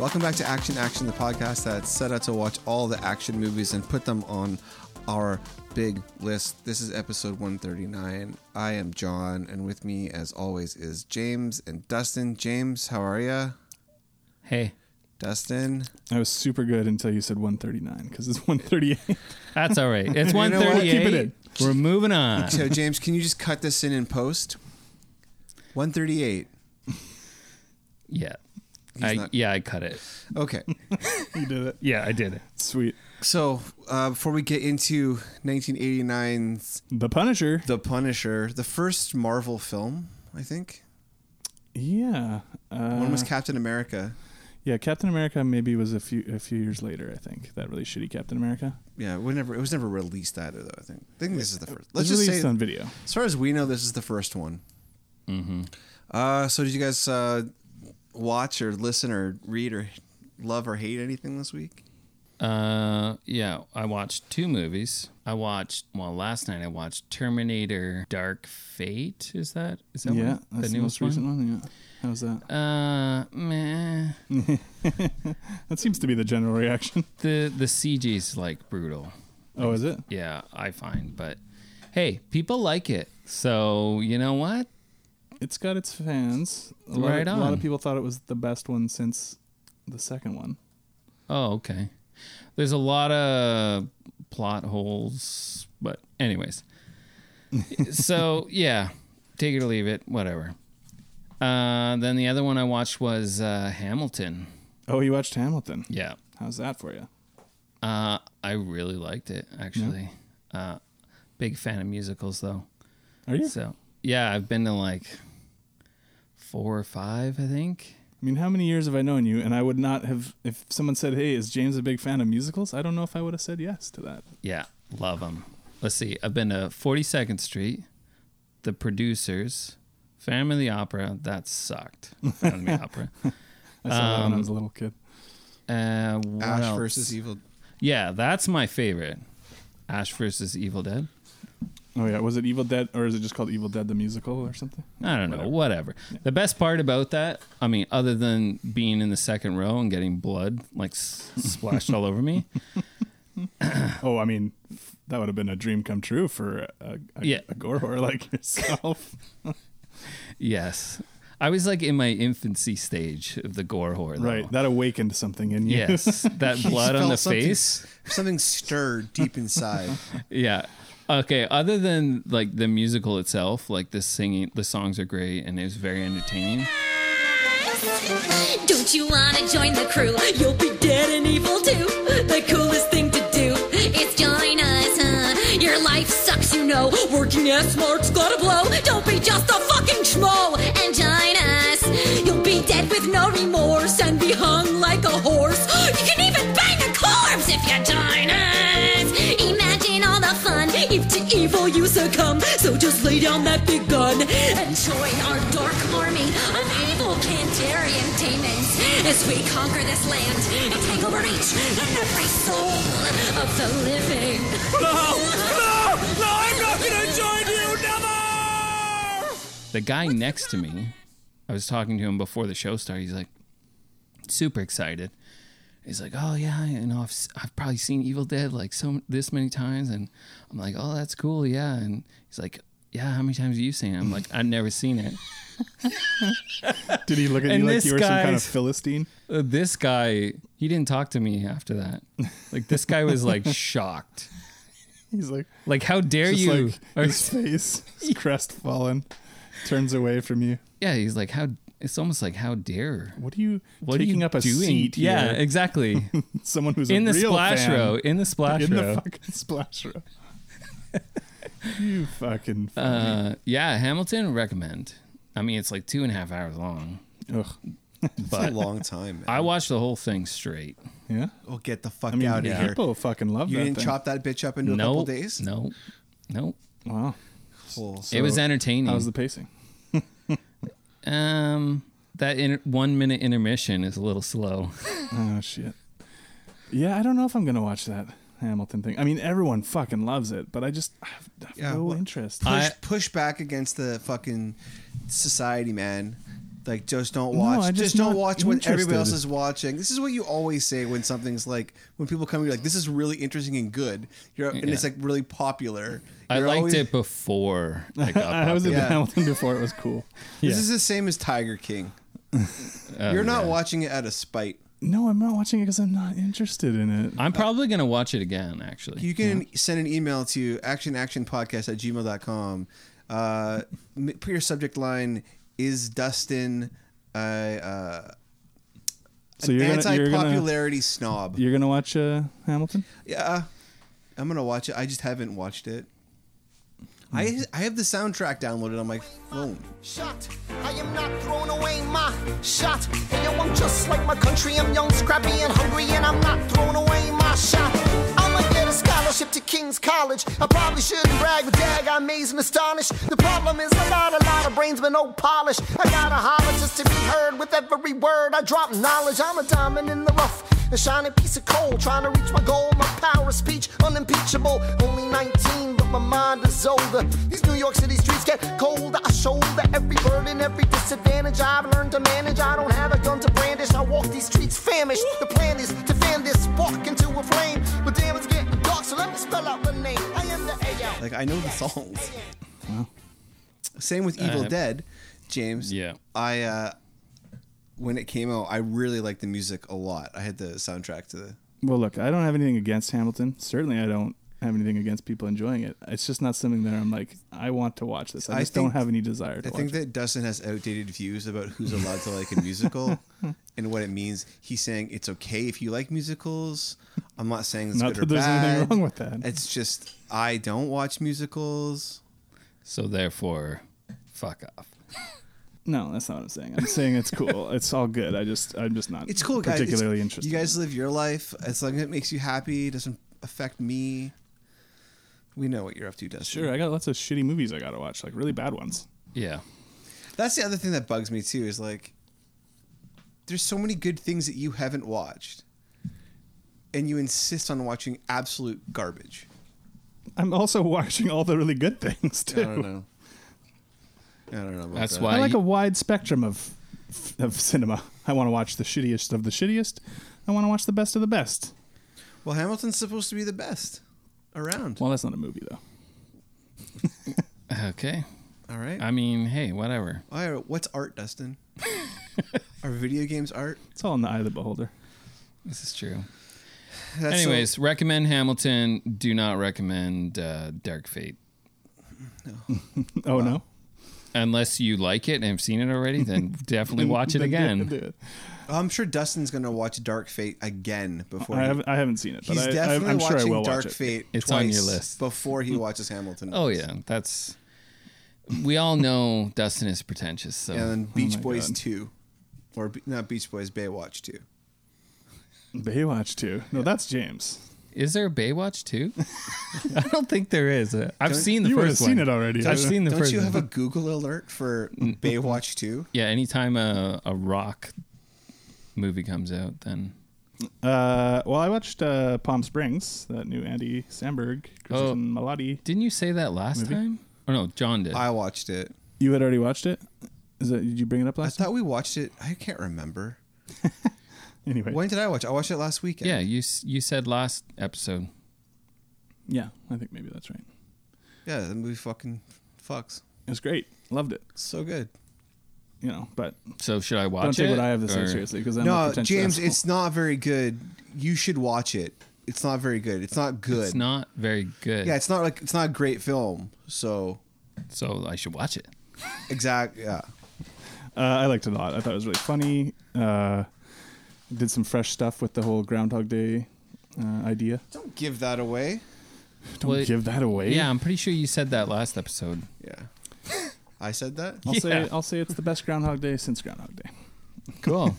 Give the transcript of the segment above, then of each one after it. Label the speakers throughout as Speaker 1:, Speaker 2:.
Speaker 1: Welcome back to Action Action, the podcast that's set out to watch all the action movies and put them on our big list. This is episode 139. I am John, and with me, as always, is James and Dustin. James, how are you?
Speaker 2: Hey,
Speaker 1: Dustin?
Speaker 3: I was super good until you said 139 because it's 138.
Speaker 2: that's all right. It's
Speaker 1: You know what?
Speaker 2: 138.
Speaker 3: Keep it in.
Speaker 2: We're moving on.
Speaker 1: So, James, can you just cut this in in post? 138.
Speaker 2: Yeah. I,
Speaker 1: not-
Speaker 2: yeah, I cut it.
Speaker 1: Okay.
Speaker 3: you did it.
Speaker 2: Yeah, I did it.
Speaker 3: Sweet.
Speaker 1: So, uh, before we get into 1989's
Speaker 3: The Punisher.
Speaker 1: The Punisher, the first Marvel film, I think.
Speaker 3: Yeah. Uh,
Speaker 1: One was Captain America.
Speaker 3: yeah, Captain America maybe was a few a few years later, I think. That really shitty Captain America.
Speaker 1: Yeah, we never. It was never released either, though. I think. I think this is the first. Let's
Speaker 3: It
Speaker 1: just
Speaker 3: was
Speaker 1: say,
Speaker 3: released on video.
Speaker 1: as far as we know, this is the first one. Mm-hmm. Uh, so did you guys uh, watch or listen or read or love or hate anything this week?
Speaker 2: Uh, yeah, I watched two movies. I watched well last night. I watched Terminator: Dark Fate. Is that is that
Speaker 3: yeah,
Speaker 2: one?
Speaker 3: that's the, most recent one. Yeah. How's that?
Speaker 2: Uh, meh.
Speaker 3: That seems to be the general reaction.
Speaker 2: The the CG's like brutal.
Speaker 3: Oh, is it?
Speaker 2: Yeah, I find. But hey, people like it. So you know what?
Speaker 3: It's got its fans. A lot,
Speaker 2: Right
Speaker 3: a lot
Speaker 2: on.
Speaker 3: of people thought it was the best one since the second one.
Speaker 2: Oh, okay. There's a lot of plot holes, but anyways. so yeah, take it or leave it, whatever. Uh, then the other one I watched was uh, Hamilton.
Speaker 3: Oh, you watched Hamilton.
Speaker 2: Yeah,
Speaker 3: How's that for you?
Speaker 2: uh, I really liked it actually. Uh, big fan of musicals though.
Speaker 3: Are you?
Speaker 2: So yeah, I've been to like four or five, I think.
Speaker 3: I mean, how many years have I known you? And I would not have, if someone said, "Hey, is James a big fan of musicals?" I don't know if I would have said yes to that.
Speaker 2: Yeah, love them. Let's see. I've been to 42nd Street, The Producers, Phantom of the Opera. That sucked. Phantom of the Opera.
Speaker 3: I saw that when I was a
Speaker 2: Um,
Speaker 3: little kid.
Speaker 2: Uh, what
Speaker 1: Ash
Speaker 2: else?
Speaker 1: versus E- Evil.
Speaker 2: Yeah, that's my favorite. Ash versus Evil Dead.
Speaker 3: Oh yeah, was it Evil Dead, or is it just called Evil Dead the musical or something?
Speaker 2: I don't know, whatever. The best part about that, I mean, other than being in the second row and getting blood like s- splashed all over me,
Speaker 3: Oh, I mean, that would have been a dream come true for a, a,
Speaker 2: Yeah.
Speaker 3: a gore whore like yourself.
Speaker 2: yes. I was like in my infancy stage of the gore horror. though.
Speaker 3: right, that awakened something in you.
Speaker 2: yes. That blood on
Speaker 1: Felt
Speaker 2: the
Speaker 1: something-
Speaker 2: face.
Speaker 1: Something stirred deep inside.
Speaker 2: Yeah. Okay. Other than like the musical itself, like the singing, the songs are great and it was very entertaining.
Speaker 4: Don't you wanna join the crew? You'll be dead and evil too. The coolest thing to do is join us, huh? Your life sucks, you know. Working ass smart's gotta blow. Don't be just a fucking schmo and join us. You'll be dead with no remorse and be hung like a horse. You can even bang a corpse if you join us. Imagine all the fun if to evil you succumb. So just lay down that big gun and join our dark army of evil Kandarian demons as we conquer this land and take over each and every soul of the living.
Speaker 2: The guy next to me, I was talking to him before the show started. He's like super excited. He's like, "Oh yeah, you know, I've s- I've probably seen Evil Dead like so this many times," and I'm like, "Oh, that's cool, yeah." And he's like, "Yeah, how many times have you seen it?" I'm like, "I've never seen it."
Speaker 3: Did he look at
Speaker 2: And
Speaker 3: you like
Speaker 2: this
Speaker 3: you were some kind of
Speaker 2: guy's-
Speaker 3: philistine?
Speaker 2: Uh, this guy, he didn't talk to me after that. Like this guy was like shocked.
Speaker 3: He's like,
Speaker 2: Like, how dare
Speaker 3: just
Speaker 2: you?
Speaker 3: like
Speaker 2: Are-
Speaker 3: his face, is crestfallen, turns away from you.
Speaker 2: Yeah, he's like, how? It's almost like, how dare?
Speaker 3: What are you
Speaker 2: What
Speaker 3: taking
Speaker 2: are you
Speaker 3: up a
Speaker 2: doing?
Speaker 3: seat?
Speaker 2: yeah,
Speaker 3: here?
Speaker 2: exactly.
Speaker 3: someone who's
Speaker 2: in
Speaker 3: a
Speaker 2: the
Speaker 3: real
Speaker 2: splash
Speaker 3: fan.
Speaker 2: row. In the splash
Speaker 3: in
Speaker 2: row.
Speaker 3: the fucking splash row. you fucking.
Speaker 2: uh, yeah, Hamilton recommend. I mean, it's like two and a half hours long,
Speaker 3: ugh.
Speaker 1: It's a
Speaker 2: but
Speaker 1: long time. Man.
Speaker 2: I watched the whole thing straight.
Speaker 3: Yeah.
Speaker 1: will get the fuck
Speaker 3: I mean,
Speaker 1: out of here.
Speaker 3: people fucking love
Speaker 1: You
Speaker 3: that
Speaker 1: didn't
Speaker 3: thing.
Speaker 1: chop that bitch up into a couple
Speaker 2: No,
Speaker 1: days.
Speaker 2: no, no.
Speaker 3: Wow.
Speaker 1: Cool.
Speaker 2: it was
Speaker 3: So,
Speaker 2: entertaining.
Speaker 3: How's the pacing?
Speaker 2: um, that inter- one minute intermission is a little slow.
Speaker 3: Oh shit. Yeah, I don't know if I'm gonna watch that Hamilton thing. I mean, everyone fucking loves it, but I just I have, I have
Speaker 1: Yeah,
Speaker 3: no
Speaker 1: well,
Speaker 3: interest.
Speaker 2: I-
Speaker 1: push, push back against the fucking society, man. Like just don't watch.
Speaker 3: I'm
Speaker 1: just,
Speaker 3: just
Speaker 1: don't
Speaker 3: not
Speaker 1: watch what everybody
Speaker 3: interested.
Speaker 1: else is watching. This is what you always say when something's like when people come, you're like, "This is really interesting and good," you're, and it's
Speaker 2: Yeah.
Speaker 1: like really popular.
Speaker 2: I
Speaker 1: You're
Speaker 2: liked
Speaker 1: always-
Speaker 2: it before I got
Speaker 3: I was in
Speaker 1: Yeah.
Speaker 3: Hamilton before it was cool.
Speaker 1: This is the same as Tiger King.
Speaker 2: Oh,
Speaker 1: you're not watching it out of spite.
Speaker 3: No, I'm not watching it because I'm not interested in it.
Speaker 2: I'm probably gonna watch it again. Actually,
Speaker 1: You can send an email to actionactionpodcast at gmail.com. Uh, m- put your subject line is Dustin uh, uh,
Speaker 3: So
Speaker 1: an
Speaker 3: you're gonna you're gonna
Speaker 1: anti-popularity snob.
Speaker 3: you're gonna watch uh, Hamilton?
Speaker 1: Yeah, I'm gonna watch it. I just haven't watched it.
Speaker 3: Hmm.
Speaker 1: I I have the soundtrack downloaded on my phone.
Speaker 5: Shot. I am not throwing away my shot. And yo, I'm just like my country. I'm young, scrappy, and hungry, and I'm not throwing away my shot. I'ma get a scholarship to King's College. I probably shouldn't brag, but dag, I'm amazed and astonished. The problem is I got a lot of brains, but no polish. I gotta holler just to be heard with every word. I drop knowledge. I'm a diamond in the rough. A shining piece of coal, trying to reach my goal. My power of speech, unimpeachable. Only 19, but my mind is older. These New York City streets get colder. I shoulder every burden, every disadvantage I've learned to manage. I don't have a gun to brandish. I walk these streets famished. The plan is to fan this spark into a flame. But damn, it's getting dark, so let me spell out the name. I am the AL.
Speaker 1: Like I know the songs. Same with Evil
Speaker 2: Uh,
Speaker 1: Dead, James.
Speaker 2: yeah.
Speaker 1: I uh, when it came out, I really liked the music a lot. I had the soundtrack to the.
Speaker 3: Well, look, I don't have anything against Hamilton. Certainly, I don't have anything against people enjoying it. It's just not something that I'm like, I want to watch this. I
Speaker 1: I
Speaker 3: just
Speaker 1: think-
Speaker 3: don't have any desire to
Speaker 1: I
Speaker 3: watch
Speaker 1: think
Speaker 3: it.
Speaker 1: that Dustin has outdated views about who's allowed to like a musical and what it means. He's saying it's okay if you like musicals. I'm not saying it's
Speaker 3: Not
Speaker 1: good
Speaker 3: that
Speaker 1: or
Speaker 3: there's
Speaker 1: bad.
Speaker 3: anything wrong with that.
Speaker 1: It's just I don't watch musicals.
Speaker 2: so therefore, fuck off.
Speaker 3: No, that's not what I'm saying. I'm saying it's cool. it's all good. I just, I'm just not.
Speaker 1: It's cool, guys. It's-
Speaker 3: particularly interested.
Speaker 1: You guys live your life as long as it makes you happy. It doesn't affect me. We know what you're up to, Dustin.
Speaker 3: sure. I got lots of shitty movies I gotta watch, like really bad ones.
Speaker 2: Yeah,
Speaker 1: That's the other thing that bugs me too. Is like, there's so many good things that you haven't watched, and you insist on watching absolute garbage.
Speaker 3: I'm also watching all the really good things
Speaker 1: I
Speaker 3: too.
Speaker 1: don't know. I don't know. About
Speaker 2: That's
Speaker 1: that.
Speaker 2: why-
Speaker 3: I like
Speaker 2: I-
Speaker 3: a wide spectrum of of cinema. I want to watch the shittiest of the shittiest. I want to watch the best of the best.
Speaker 1: Well, Hamilton's supposed to be the best around.
Speaker 3: Well, that's not a movie though.
Speaker 2: okay.
Speaker 1: All right.
Speaker 2: I mean, hey, whatever.
Speaker 1: All right. What's art, Dustin? Are video games art?
Speaker 3: It's all in the eye of the beholder.
Speaker 2: This is true.
Speaker 1: That's so-
Speaker 2: Anyways, recommend Hamilton. Do not recommend uh, Dark Fate.
Speaker 3: Oh no.
Speaker 2: Unless you like it and have seen it already, then definitely watch it
Speaker 3: Then do
Speaker 2: again.
Speaker 3: Do it.
Speaker 1: I'm sure Dustin's gonna watch Dark Fate again before.
Speaker 3: I
Speaker 1: he-
Speaker 3: haven't, I haven't seen it, but
Speaker 1: he's
Speaker 3: I,
Speaker 1: definitely
Speaker 3: I, am
Speaker 1: watching
Speaker 3: sure I will
Speaker 1: Dark
Speaker 3: watch it.
Speaker 1: Fate
Speaker 2: It's on
Speaker 1: twice
Speaker 2: your list.
Speaker 1: before he watches Hamilton.
Speaker 2: Oh yeah, that's. We all know Dustin is pretentious, so
Speaker 1: and then Beach
Speaker 3: Oh my
Speaker 1: Boys
Speaker 3: God.
Speaker 1: two, or Be- not Beach Boys Baywatch two.
Speaker 3: Baywatch too. No, that's James.
Speaker 2: Is there a Baywatch too? I don't think there is. Uh, I've seen the
Speaker 3: you would've
Speaker 2: first one.
Speaker 3: seen it already.
Speaker 2: I've seen the
Speaker 1: Don't
Speaker 2: first
Speaker 1: you have a
Speaker 2: one.
Speaker 1: Google alert for Baywatch two?
Speaker 2: yeah, anytime a, a rock movie comes out, then
Speaker 3: Uh, well, I watched uh, Palm Springs, that new Andy Samberg, Christian
Speaker 2: Oh.
Speaker 3: Malati.
Speaker 2: didn't you say that last time? Oh no, John did.
Speaker 1: I watched it.
Speaker 3: You had already watched it. Is that did you bring it up
Speaker 1: I
Speaker 3: last?
Speaker 1: thought we watched it. I can't remember.
Speaker 3: time? Anyway,
Speaker 1: When did I watch? it? I watched it last weekend.
Speaker 2: yeah, you s- you said last episode.
Speaker 3: yeah, I think maybe that's right.
Speaker 1: yeah. The movie fucking fucks.
Speaker 3: It was great. Loved it.
Speaker 1: It's so good.
Speaker 3: You know, but
Speaker 2: So should I watch
Speaker 3: don't take
Speaker 2: it?
Speaker 3: what I have to say
Speaker 2: or-
Speaker 3: seriously because I'm a
Speaker 1: no,
Speaker 3: pretentious
Speaker 1: James,
Speaker 3: asshole.
Speaker 1: it's not very good. You should watch it. It's not very good. It's not good.
Speaker 2: It's not very good.
Speaker 1: yeah, it's not like it's not a great film. So
Speaker 2: so I should watch it.
Speaker 1: exact. Yeah.
Speaker 3: Uh, I liked it a lot. I thought it was really funny. Uh, did some fresh stuff with the whole Groundhog Day uh, idea.
Speaker 1: Don't give that away.
Speaker 3: Don't
Speaker 2: Well,
Speaker 3: give that away.
Speaker 2: Yeah, I'm pretty sure you said that last episode.
Speaker 1: Yeah. I said that.
Speaker 3: I'll
Speaker 2: Yeah.
Speaker 3: say I'll say it's the best Groundhog Day since Groundhog Day.
Speaker 2: Cool.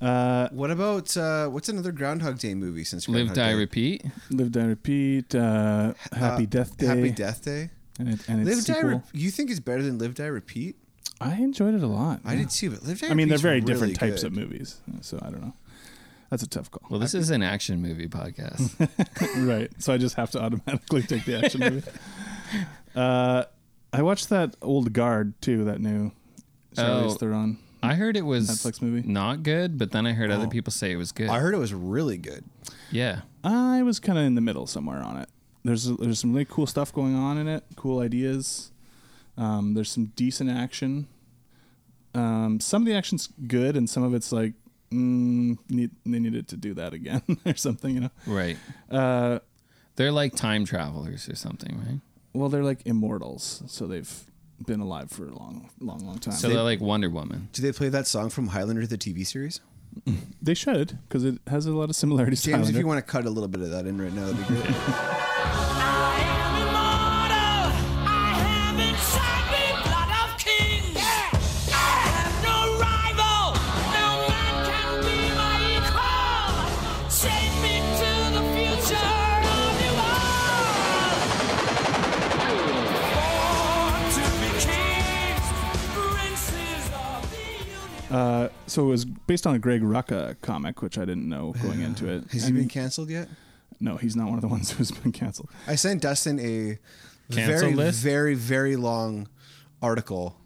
Speaker 1: What about uh, what's another Groundhog Day movie since
Speaker 2: Live,
Speaker 1: Groundhog
Speaker 2: die,
Speaker 1: Day?
Speaker 2: repeat.
Speaker 3: Live Die Repeat, uh, Happy
Speaker 1: Uh,
Speaker 3: Death Day,
Speaker 1: Happy Death Day.
Speaker 3: and, it, and
Speaker 1: Live
Speaker 3: its
Speaker 1: Die.
Speaker 3: sequel.
Speaker 1: Re- you think it's better than Live Die Repeat?
Speaker 3: I enjoyed it a lot.
Speaker 1: I did too, but Live Die.
Speaker 3: I mean, they're
Speaker 1: Repeat's
Speaker 3: very
Speaker 1: really
Speaker 3: different types
Speaker 1: good.
Speaker 3: of movies, so I don't know. That's a tough call.
Speaker 2: Well, this is an action movie podcast.
Speaker 3: right. So I just have to automatically take the action movie. Uh, I watched that old guard too. That new Charlize
Speaker 2: Oh.
Speaker 3: Theron
Speaker 2: I heard it was
Speaker 3: Netflix movie? Oh.
Speaker 2: not good, but then I heard other people say it was good.
Speaker 1: I heard it was really good.
Speaker 2: yeah,
Speaker 3: I was kind of in the middle somewhere on it. There's there's some really cool stuff going on in it, cool ideas. Um, there's some decent action. Um, some of the action's good, and some of it's like mm, need, they needed to do that again or something, you know.
Speaker 2: right.
Speaker 3: Uh,
Speaker 2: They're like time travelers or something, right?
Speaker 3: well, they're like immortals, so they've been alive for a long, long, long time.
Speaker 2: So
Speaker 3: they,
Speaker 2: they're like Wonder Woman.
Speaker 1: Do they play that song from Highlander, the TV series?
Speaker 3: they should because it has a lot of similarities. to
Speaker 1: James, if
Speaker 3: Highlander.
Speaker 1: you want to cut a little bit of that in right now, that'd be great.
Speaker 6: I am immortal. I have inside me blood of kings. I have no rival. No man can be my equal. Send me to the future of you all. Born to be kings, princes of the universe.
Speaker 3: Uh, so it was based on a Greg Rucka comic, which I didn't know going into it.
Speaker 1: Has
Speaker 3: And-
Speaker 1: he been canceled yet?
Speaker 3: no, he's not one of the ones who's been canceled.
Speaker 1: I sent Dustin a
Speaker 2: Cancel
Speaker 1: very,
Speaker 2: list?
Speaker 1: very, very long article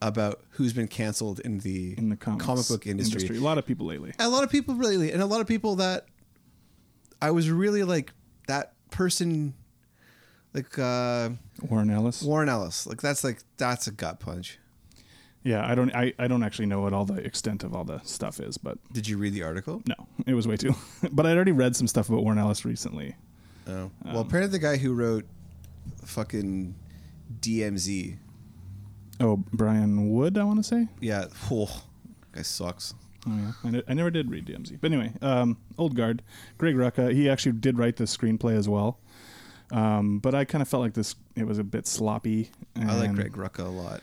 Speaker 1: about who's been canceled in the,
Speaker 3: in the comics
Speaker 1: comic book industry.
Speaker 3: A lot of people lately.
Speaker 1: A lot of people really, and a lot of people that I was really like that person, like uh,
Speaker 3: Warren Ellis.
Speaker 1: Warren Ellis. Like that's like that's a gut punch.
Speaker 3: Yeah, I don't. I, I don't actually know what all the extent of all the stuff is, but
Speaker 1: Did you read the article?
Speaker 3: no, it was way too. but I'd already read some stuff about Warren Ellis recently.
Speaker 1: No.
Speaker 3: Um,
Speaker 1: well, apparently the guy who wrote fucking DMZ.
Speaker 3: Oh, Brian Wood, I want to say.
Speaker 1: Yeah, whoa, guy sucks.
Speaker 3: Oh yeah, I, ne- I never did read DMZ, but anyway, um, old guard, Greg Rucka. He actually did write the screenplay as well. Um, but I kind of felt like this. It was a bit sloppy.
Speaker 1: I like
Speaker 3: and-
Speaker 1: Greg Rucka a lot.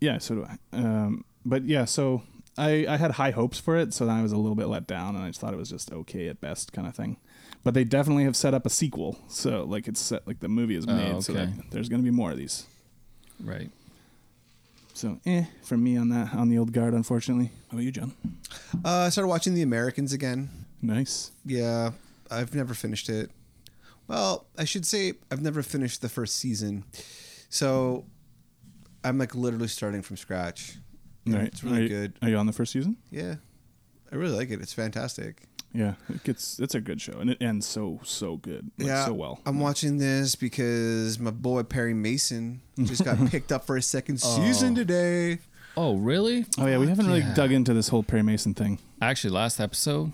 Speaker 3: Yeah, so do I. Um, but yeah, so I, I had high hopes for it, so then I was a little bit let down, and I just thought it was just okay at best kind of thing. But they definitely have set up a sequel, so like it's set like the movie
Speaker 1: Oh,
Speaker 3: is made, so that
Speaker 2: okay.
Speaker 3: there's gonna be more of these.
Speaker 2: Right.
Speaker 3: So eh, from me on that on the old guard, unfortunately. How about you, John?
Speaker 1: Uh, I started watching The Americans again.
Speaker 3: Nice.
Speaker 1: Yeah, I've never finished it. Well, I should say I've never finished the first season, so I'm like literally starting from scratch. And
Speaker 3: Right.
Speaker 1: it's really
Speaker 3: Are you-
Speaker 1: good.
Speaker 3: Are you on the first season?
Speaker 1: Yeah, I really like it. It's fantastic.
Speaker 3: Yeah, it gets it's a good show, and it ends so so good, like, so well.
Speaker 1: I'm watching this because my boy Perry Mason just got picked up for a second season today.
Speaker 2: Oh, really?
Speaker 3: oh yeah, we haven't really
Speaker 2: Yeah.
Speaker 3: dug into this whole Perry Mason thing.
Speaker 2: Actually, last episode,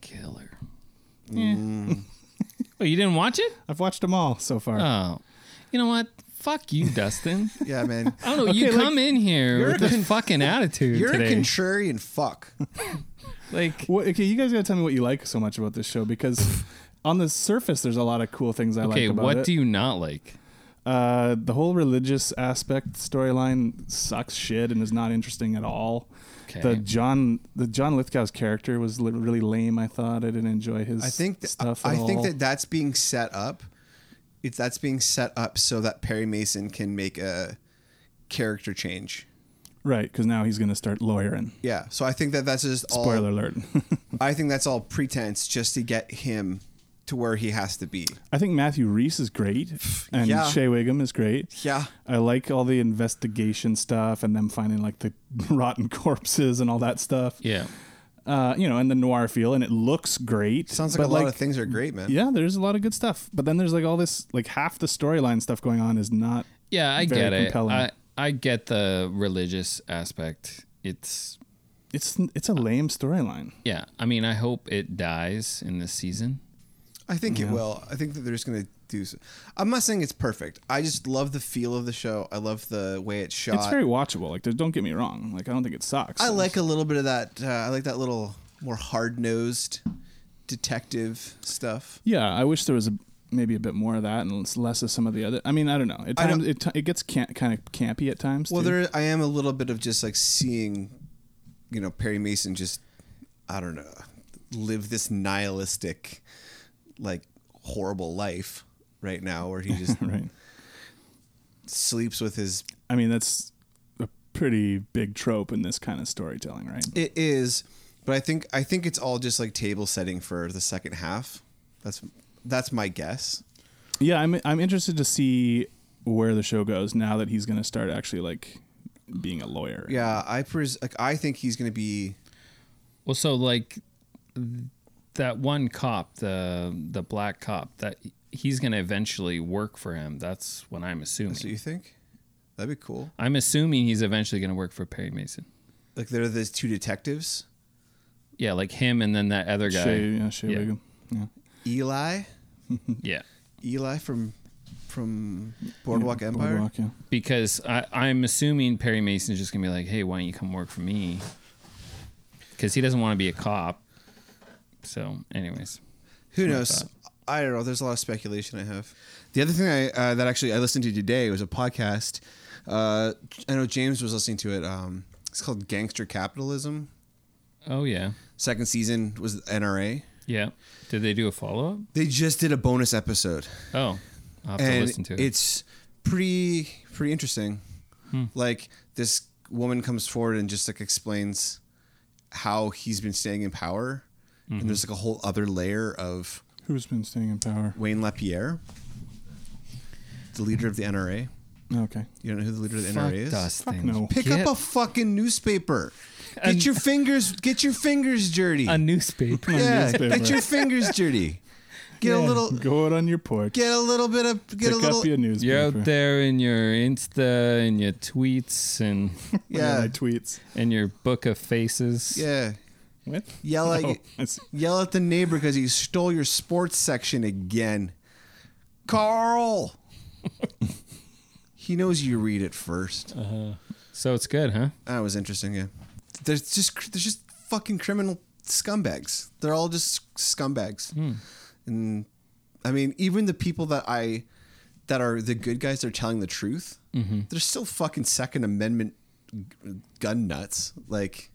Speaker 2: killer. oh, you didn't watch it?
Speaker 3: I've watched them Mm. all so far.
Speaker 2: Oh, you know what? Fuck you, Dustin.
Speaker 1: Yeah, man.
Speaker 2: I don't know. you come in here with this fucking attitude
Speaker 1: You're
Speaker 2: today.
Speaker 1: a contrarian fuck.
Speaker 2: like,
Speaker 3: Well, okay, you guys gotta tell me what you like so much about this show because on the surface, there's a lot of cool things I
Speaker 2: okay,
Speaker 3: like about
Speaker 2: what
Speaker 3: it.
Speaker 2: do you not like?
Speaker 3: uh, the whole religious aspect storyline sucks shit and is not interesting at all. The
Speaker 2: Okay.
Speaker 3: John the John Lithgow's character was li- really lame. I thought I didn't enjoy his
Speaker 1: I think th-
Speaker 3: stuff.
Speaker 1: I
Speaker 3: at
Speaker 1: think
Speaker 3: all.
Speaker 1: that that's being set up. It's that's being set up so that Perry Mason can make a character change.
Speaker 3: right because now he's gonna start lawyering.
Speaker 1: Yeah. So I think that that's just all.
Speaker 3: Spoiler alert.
Speaker 1: I think that's all pretense just to get him to where he has to be.
Speaker 3: I think Matthew Reese is great and
Speaker 1: Yeah.
Speaker 3: Shea Wiggum is great.
Speaker 1: Yeah.
Speaker 3: I like all the investigation stuff and them finding like the rotten corpses and all that stuff.
Speaker 2: Yeah.
Speaker 3: uh, you know, and the noir feel, and it looks great.
Speaker 1: Sounds like
Speaker 3: but,
Speaker 1: a lot of things are great, man.
Speaker 3: Yeah, there's a lot of good stuff, but then there's like all this, like half the storyline stuff going on is not.
Speaker 2: Yeah, I
Speaker 3: very
Speaker 2: get it.
Speaker 3: compelling.
Speaker 2: I, I get the religious aspect. It's
Speaker 3: It's it's a lame storyline.
Speaker 2: yeah. I mean, I hope it dies in this season.
Speaker 1: I think it will. I think that they're just gonna do. So. I'm not saying it's perfect. I just love the feel of the show. I love the way it's shot.
Speaker 3: It's very watchable. Like, don't get me wrong. Like, I don't think it sucks.
Speaker 1: I like a little bit of that. Uh, I like that little more hard nosed detective stuff.
Speaker 3: Yeah, I wish there was a, maybe a bit more of that and less- less of some of the other. I mean, I don't know. It
Speaker 1: I
Speaker 3: times,
Speaker 1: don't-
Speaker 3: it, ti- it gets can, kind of campy at times.
Speaker 1: Well,
Speaker 3: too.
Speaker 1: there I am a little bit of just like seeing, you know, Perry Mason just I don't know, live this nihilistic, like horrible life right now, where he just
Speaker 3: right.
Speaker 1: sleeps with his.
Speaker 3: I mean, that's a pretty big trope in this kind of storytelling, right?
Speaker 1: It is, but I think I think it's all just like table setting for the second half. That's that's my guess.
Speaker 3: Yeah, I'm I'm interested to see where the show goes now that he's going to start actually like being a lawyer.
Speaker 1: Yeah, I pres- like I think he's going to be
Speaker 2: Well, so like that one cop, the the black cop, that he's going to eventually work for him. That's what I'm assuming.
Speaker 1: so you think? That'd be cool.
Speaker 2: I'm assuming he's eventually going to work for Perry Mason.
Speaker 1: Like they're the two detectives,
Speaker 2: Yeah, like him and then that other guy.
Speaker 3: Shea, yeah, Shea
Speaker 2: Yeah.
Speaker 3: Wiggum. Yeah.
Speaker 1: Eli,
Speaker 2: Yeah.
Speaker 1: Eli from from Boardwalk Empire.
Speaker 3: Boardwalk, yeah.
Speaker 2: Because I, I'm assuming Perry Mason's just going to be like, hey, why don't you come work for me? Because he doesn't want to be a cop. So, anyways.
Speaker 1: Who
Speaker 2: what I
Speaker 1: knows?
Speaker 2: thought.
Speaker 1: I don't know. There's a lot of speculation I have. The other thing I uh, that actually I listened to today was a podcast. Uh, I know James was listening to it. Um, it's called Gangster Capitalism.
Speaker 2: Oh, yeah.
Speaker 1: Second season was NRA.
Speaker 2: Yeah. Did they do a follow up?
Speaker 1: They just did a bonus episode,
Speaker 2: Oh, I'll have to
Speaker 1: and
Speaker 2: listen to it.
Speaker 1: it's pretty pretty interesting.
Speaker 2: Hmm.
Speaker 1: Like this woman comes forward and just like explains how he's been staying in power,
Speaker 2: Mm-hmm.
Speaker 1: and there's like a whole other layer of
Speaker 3: Who's been staying in power?
Speaker 1: Wayne Lapierre, the leader of the NRA.
Speaker 3: Okay.
Speaker 1: You don't know who the leader of the
Speaker 2: Fuck
Speaker 1: NRA is?
Speaker 2: those
Speaker 3: Fuck
Speaker 2: things.
Speaker 3: no.
Speaker 1: Pick
Speaker 2: Get-
Speaker 1: up a fucking newspaper. Get
Speaker 2: An-
Speaker 1: your fingers get your fingers dirty.
Speaker 2: a newspaper.
Speaker 1: yeah,
Speaker 3: newspaper.
Speaker 1: get your fingers dirty. Get a little
Speaker 3: Go out on your porch.
Speaker 1: get a little bit of get
Speaker 3: pick
Speaker 1: a little
Speaker 3: up your newspaper.
Speaker 2: You're out there in your Insta and your tweets and
Speaker 3: Yeah,
Speaker 1: yeah.
Speaker 3: like tweets.
Speaker 2: and your book of faces.
Speaker 1: Yeah.
Speaker 3: What?
Speaker 1: Yell at
Speaker 3: Oh, I see.
Speaker 1: yell at the neighbor cuz he stole your sports section again. Carl. he knows you read it first.
Speaker 2: So it's good, huh?
Speaker 1: That was interesting. Yeah, there's just there's just fucking criminal scumbags. They're all just scumbags.
Speaker 3: Hmm.
Speaker 1: And I mean, even the people that I that are the good guys, they're telling the truth.
Speaker 3: Mm-hmm.
Speaker 1: They're still fucking Second Amendment g- gun nuts. Like,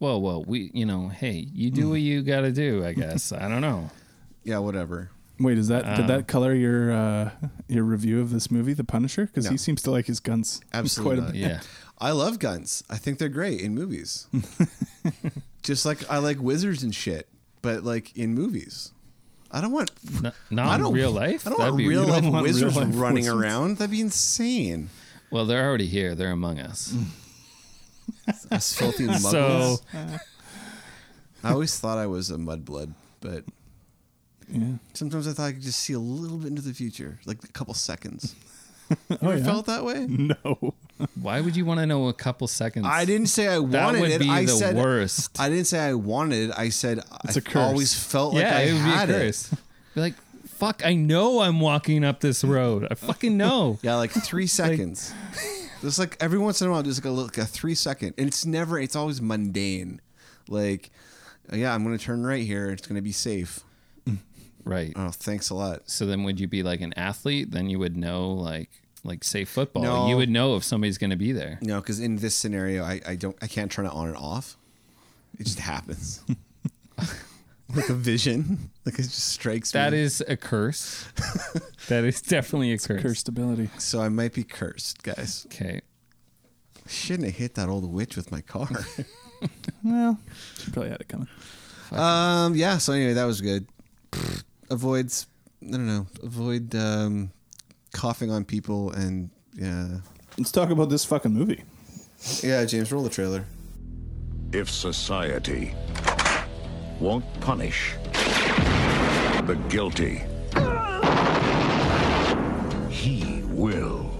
Speaker 2: Well, well, we, you know, hey, you
Speaker 1: Mm.
Speaker 2: do what you got to do, I guess. I don't know.
Speaker 1: yeah, whatever.
Speaker 3: Wait, is that did that color your uh, your review of this movie, The Punisher? Because
Speaker 1: No.
Speaker 3: he seems to like his guns
Speaker 1: Absolutely
Speaker 3: quite a
Speaker 1: not.
Speaker 3: bit.
Speaker 2: Yeah.
Speaker 1: I love guns. I think they're great in movies. just like I like wizards and shit, but like in movies. I don't want
Speaker 2: N- not in real life.
Speaker 1: I don't
Speaker 2: That'd
Speaker 1: want
Speaker 2: be
Speaker 1: real
Speaker 2: weird.
Speaker 1: life
Speaker 3: don't want
Speaker 1: wizards
Speaker 3: real life
Speaker 1: running
Speaker 3: wizards.
Speaker 1: around. That'd be insane.
Speaker 2: Well, they're already here. They're among us.
Speaker 1: Mm. Us filthy
Speaker 2: So
Speaker 1: muggles. I always thought I was a mudblood, but
Speaker 3: Yeah.
Speaker 1: sometimes I thought I could just see a little bit into the future, like a couple seconds.
Speaker 3: Oh,
Speaker 1: I
Speaker 3: yeah?
Speaker 1: felt that way.
Speaker 2: Mm-hmm.
Speaker 3: No.
Speaker 2: why would you want to know a couple seconds?
Speaker 1: I didn't say I
Speaker 2: That
Speaker 1: wanted
Speaker 2: would
Speaker 1: it.
Speaker 2: be
Speaker 1: I
Speaker 2: the
Speaker 1: said
Speaker 2: worst.
Speaker 1: I didn't say I wanted it. I said
Speaker 3: It's
Speaker 1: I
Speaker 3: a curse.
Speaker 1: always felt like
Speaker 2: yeah,
Speaker 1: I
Speaker 2: it would
Speaker 1: had
Speaker 2: be a
Speaker 1: it.
Speaker 2: curse. Be like, fuck, I know I'm walking up this road. I fucking know.
Speaker 1: Yeah, like three seconds. Just like every once in a while, just like a look, a three second, and it's never. It's always mundane. Like, uh, yeah, I'm gonna turn right here. It's gonna be safe.
Speaker 2: Right.
Speaker 1: Oh, thanks a lot.
Speaker 2: So then would you be like an athlete? Then you would know like like say football.
Speaker 1: No.
Speaker 2: You would know if somebody's gonna be there.
Speaker 1: No, because in this scenario, I, I don't, I can't turn it on and off. It just happens. like a vision, like it just strikes
Speaker 2: That
Speaker 1: me.
Speaker 2: is a curse. that is definitely a curse.
Speaker 3: Cursed ability.
Speaker 1: so I might be cursed, guys.
Speaker 2: Okay.
Speaker 1: Shouldn't have hit that old witch with my car.
Speaker 3: Well, she probably had it coming.
Speaker 1: Um. Yeah. So anyway, that was good. Avoids. I don't know. Avoid um, coughing on people and yeah.
Speaker 3: Let's talk about this fucking movie.
Speaker 1: Yeah, James, roll the trailer.
Speaker 7: If society won't punish the guilty, he will.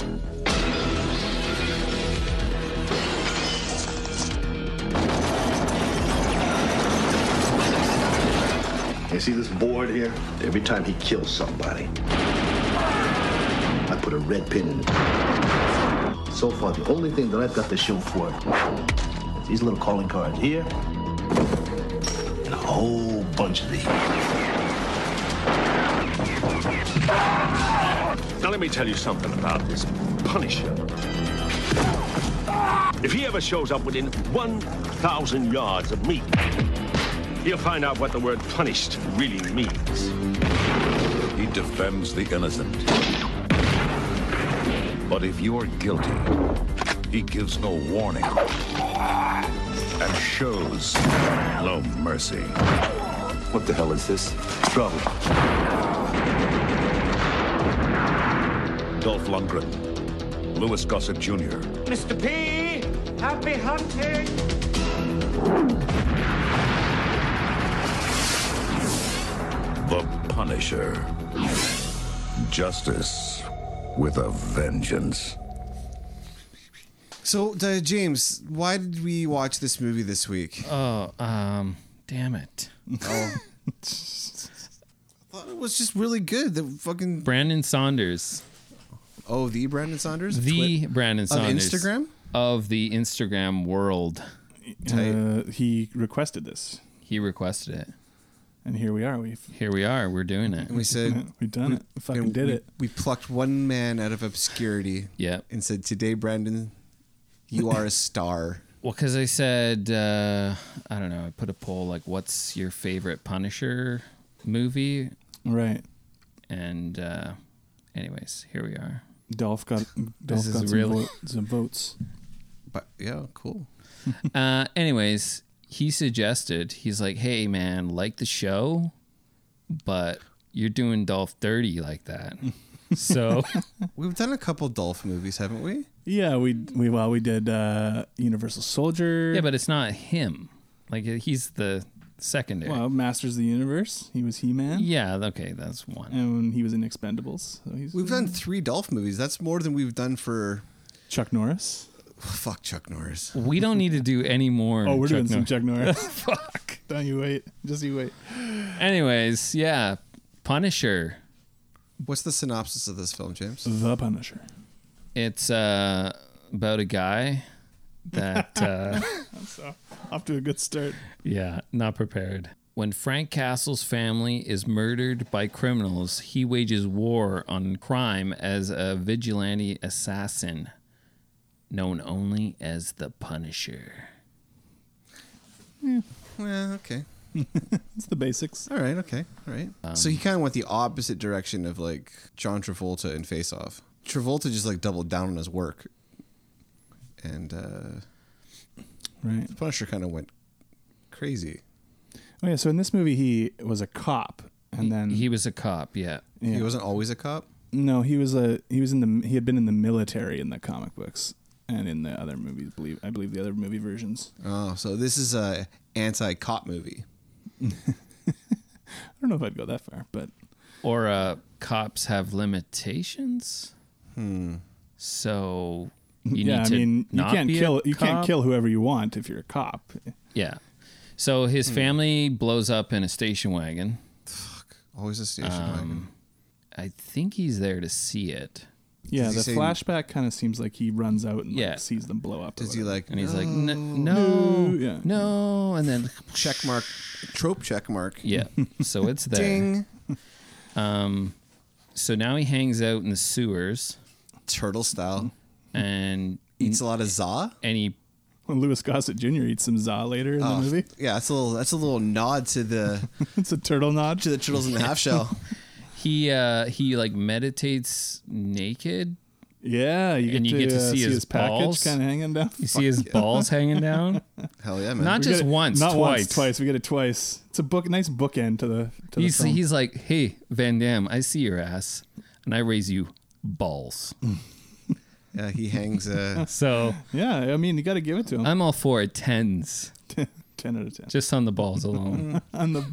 Speaker 8: You see this board here? Every time he kills somebody, I put a red pin in it. So far, the only thing that I've got to show for it is these little calling cards here and a whole bunch of these.
Speaker 7: Now, let me tell you something about this Punisher. If he ever shows up within 1,000 yards of me, you'll find out what the word punished really means. He defends the innocent. But if you're guilty, he gives no warning and shows no mercy. What the hell is this? Trouble. Dolph Lundgren, Louis Gossett Jr.
Speaker 6: Mr. P, happy hunting.
Speaker 7: The Punisher. Justice with a vengeance.
Speaker 1: So, uh, James, why did we watch this movie this week?
Speaker 3: Uh,
Speaker 2: Oh, um, damn it.
Speaker 1: I thought it was just really good. The fucking
Speaker 2: Brandon Saunders,
Speaker 1: oh, the Brandon Saunders,
Speaker 2: the
Speaker 1: Twit-
Speaker 2: Brandon Saunders
Speaker 1: Instagram?
Speaker 2: of the Instagram world.
Speaker 3: Uh, he requested this,
Speaker 2: He requested it.
Speaker 3: and here we are. We've
Speaker 2: Here we are. We're doing it.
Speaker 1: we said
Speaker 3: we've done it. We fucking
Speaker 1: and
Speaker 3: did
Speaker 1: we,
Speaker 3: it.
Speaker 1: We plucked one man out of obscurity.
Speaker 2: Yep.
Speaker 1: and said, "Today, Brandon, you are a star."
Speaker 2: Well, because I said, uh, I don't know, I put a poll like, what's your favorite Punisher movie?
Speaker 3: Right.
Speaker 2: And, uh, anyways, here we are.
Speaker 3: Dolph got Dolph
Speaker 2: is
Speaker 3: got some,
Speaker 2: really-
Speaker 3: vo- some votes.
Speaker 1: but yeah, cool.
Speaker 2: Uh, anyways, he suggested, he's like, hey, man, like the show, but you're doing Dolph dirty like that. So,
Speaker 1: We've done a couple Dolph movies, haven't we?
Speaker 3: Yeah, we we well we did uh, Universal Soldier.
Speaker 2: yeah, but it's not him. Like, he's the secondary.
Speaker 3: well, Masters of the Universe. He was He Man,
Speaker 2: yeah, okay, that's one.
Speaker 3: and he was in Expendables. So he's
Speaker 1: We've done three Dolph movies. That's more than we've done for
Speaker 3: Chuck Norris.
Speaker 1: fuck Chuck Norris.
Speaker 2: We don't need to do any more.
Speaker 3: Oh, we're
Speaker 2: Chuck
Speaker 3: doing some
Speaker 2: Norris.
Speaker 3: Chuck Norris. Fuck. Don't you wait. Just you wait.
Speaker 2: Anyways, yeah, Punisher.
Speaker 1: What's the synopsis of this film, James?
Speaker 3: The Punisher.
Speaker 2: It's uh, about a guy that, uh,
Speaker 3: Off to a good start.
Speaker 2: yeah, not prepared. When Frank Castle's family is murdered by criminals, he wages war on crime as a vigilante assassin known only as the Punisher.
Speaker 1: Well, okay.
Speaker 3: It's the basics.
Speaker 1: All right, okay, all right. so he kind of went the opposite direction of like John Travolta in Face Off. Travolta just like doubled down on his work, and uh,
Speaker 3: Right.
Speaker 1: Punisher kind of went crazy.
Speaker 3: Oh yeah. So in this movie, he was a cop, and then
Speaker 2: He was a cop, yeah.
Speaker 3: Yeah.
Speaker 1: He wasn't always a cop.
Speaker 3: No, he was a he was in the he had been in the military in the comic books and in the other movies. Believe I believe the other movie versions.
Speaker 1: Oh, so this is a anti-cop movie.
Speaker 3: I don't know if I'd go that far, but
Speaker 2: Or uh, cops have limitations. Hmm. So you
Speaker 3: yeah,
Speaker 2: need
Speaker 3: I
Speaker 2: to
Speaker 3: mean you
Speaker 2: not
Speaker 3: can't
Speaker 2: be a
Speaker 3: kill you can't
Speaker 2: cop?
Speaker 3: kill whoever you want if you're a cop.
Speaker 2: Yeah. So his
Speaker 3: Hmm.
Speaker 2: family blows up in a station wagon.
Speaker 1: Always a station wagon.
Speaker 2: I think he's there to see it.
Speaker 3: Yeah,
Speaker 1: Does he
Speaker 3: the
Speaker 1: say-
Speaker 3: flashback kind of seems like he runs out and like,
Speaker 2: Yeah.
Speaker 3: sees them blow up. or
Speaker 1: Does he
Speaker 3: whatever.
Speaker 1: like
Speaker 2: And he's like, "N- Oh, no,
Speaker 3: No, yeah.
Speaker 2: no. And then,
Speaker 1: check mark, trope check mark?
Speaker 2: yeah. So it's there.
Speaker 1: Ding.
Speaker 2: So now he hangs out in the sewers
Speaker 1: Turtle style.
Speaker 2: and
Speaker 1: Eats a lot of za.
Speaker 2: and he,
Speaker 3: when Louis Gossett Jr. eats some za later in
Speaker 1: Ah.
Speaker 3: the movie?
Speaker 1: Yeah, that's a little. That's a little nod to the
Speaker 3: It's a turtle nod.
Speaker 1: to the turtles in the half shell.
Speaker 2: he, uh, he like meditates naked.
Speaker 3: yeah, you get,
Speaker 2: And
Speaker 3: to,
Speaker 2: you get to
Speaker 3: uh,
Speaker 2: see
Speaker 3: see,
Speaker 2: his
Speaker 3: his, package
Speaker 2: balls.
Speaker 3: kind of hanging down.
Speaker 2: You see his balls hanging down.
Speaker 1: Hell yeah, man.
Speaker 2: Not
Speaker 3: We
Speaker 2: just
Speaker 3: get it-
Speaker 2: once,
Speaker 3: not
Speaker 2: twice.
Speaker 3: once, twice. We get it twice. It's a book, nice bookend to the. To
Speaker 2: He's,
Speaker 3: the film.
Speaker 2: he's like, hey, Van Damme, I see your ass and I raise you balls.
Speaker 1: yeah, he hangs. Uh,
Speaker 2: So
Speaker 3: yeah, I mean, you got to give it to him.
Speaker 2: I'm all for it. Tens.
Speaker 3: ten out of ten.
Speaker 2: just on the balls alone.
Speaker 3: on the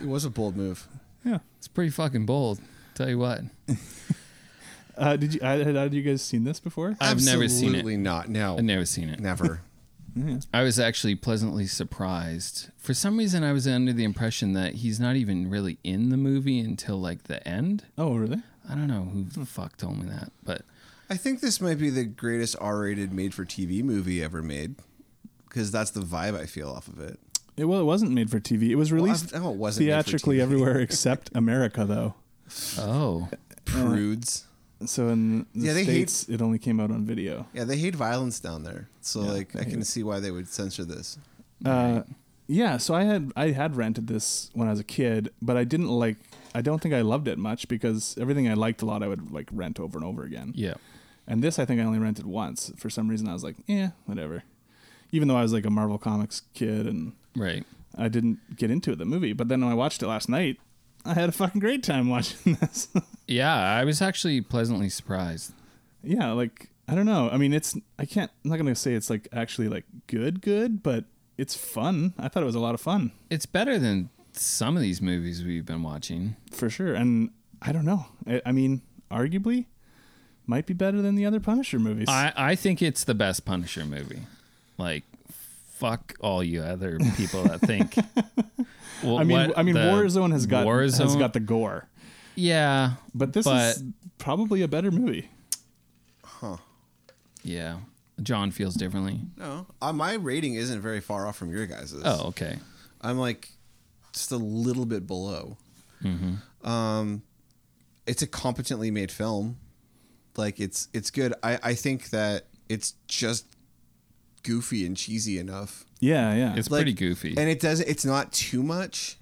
Speaker 1: it was a bold move.
Speaker 3: yeah.
Speaker 2: it's pretty fucking bold. Tell you what,
Speaker 3: Uh, did you? I, had, had you guys seen this before?
Speaker 2: I've never seen it.
Speaker 1: Absolutely not. No,
Speaker 2: I've never seen it.
Speaker 1: never.
Speaker 2: I was actually pleasantly surprised. For some reason, I was under the impression that he's not even really in the movie until like the end.
Speaker 3: Oh, really?
Speaker 2: I don't know who the fuck told me that, but
Speaker 1: I think this might be the greatest R-rated made-for-TV movie ever made, because that's the vibe I feel off of it.
Speaker 3: It well, it wasn't made for TV. It was released
Speaker 1: Oh, I- no, it wasn't made for
Speaker 3: theatrically
Speaker 1: TV.
Speaker 3: everywhere except America, though.
Speaker 2: oh,
Speaker 1: Prudes.
Speaker 3: So in the
Speaker 1: Yeah, they hate-
Speaker 3: states, it only came out on video.
Speaker 1: Yeah, they hate violence down there. So like, I
Speaker 3: hate
Speaker 1: can
Speaker 3: it.
Speaker 1: see why they would censor this.
Speaker 3: Uh, yeah, so I had I had rented this when I was a kid, but I didn't like. I don't think I loved it much because everything I liked a lot, I would like rent over and over again.
Speaker 2: yeah,
Speaker 3: And this, I think, I only rented once. For some reason, I was like, yeah, whatever. Even though I was like a Marvel Comics kid and
Speaker 2: right.
Speaker 3: I didn't get into it, the movie, but then when I watched it last night, I had a fucking great time watching this.
Speaker 2: Yeah, I was actually pleasantly surprised.
Speaker 3: yeah, like I don't know. I mean, it's I can't. I'm not gonna say it's like actually like good, good, but it's fun. I thought it was a lot of fun
Speaker 2: It's better than some of these movies we've been watching.
Speaker 3: for sure. And I don't know. I, I mean, arguably, might be better than the other Punisher movies.
Speaker 2: I, I think it's the best Punisher movie. Like, fuck all you other people that think. Well,
Speaker 3: I mean,
Speaker 2: what
Speaker 3: I mean,
Speaker 2: the-
Speaker 3: Warzone has got has
Speaker 2: Warzone-
Speaker 3: got the gore,
Speaker 2: yeah,
Speaker 3: but this
Speaker 2: But-
Speaker 3: is probably a better movie.
Speaker 2: yeah. John feels differently.
Speaker 1: No, uh, my rating isn't very far off from your guys's.
Speaker 2: Oh, okay.
Speaker 1: I'm like just a little bit below. Um,
Speaker 2: Mm-hmm.
Speaker 1: it's a competently made film. Like it's it's good. I I think that it's just goofy and cheesy enough.
Speaker 3: Yeah, yeah.
Speaker 2: It's
Speaker 1: Like,
Speaker 2: pretty goofy.
Speaker 1: and it does. It's not too much,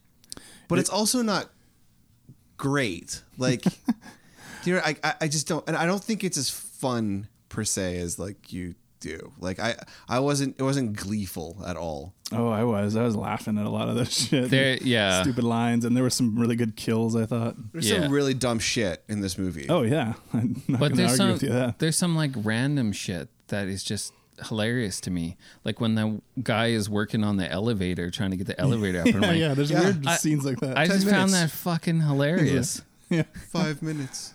Speaker 1: but it's also not great. Like, you know, I I- I just don't, and I don't think it's as fun per se as like you do. Like I I wasn't it wasn't gleeful at all.
Speaker 3: oh, I was I was laughing at a lot of that shit.
Speaker 2: There- yeah.
Speaker 3: Stupid lines, and there were some really good kills. I thought.
Speaker 1: There's
Speaker 2: Yeah.
Speaker 1: some really dumb shit in this movie.
Speaker 3: Oh yeah, I'm not
Speaker 2: but
Speaker 3: gonna
Speaker 2: there's
Speaker 3: argue
Speaker 2: some
Speaker 3: with you there.
Speaker 2: there's some like random shit that is just hilarious to me. Like when the guy is working on the elevator trying to get the elevator up. and I'm like,
Speaker 3: yeah, there's
Speaker 1: Yeah.
Speaker 3: weird
Speaker 2: I-
Speaker 3: scenes like that.
Speaker 2: I just found
Speaker 1: minutes.
Speaker 2: that fucking hilarious.
Speaker 3: yeah.
Speaker 1: Five minutes.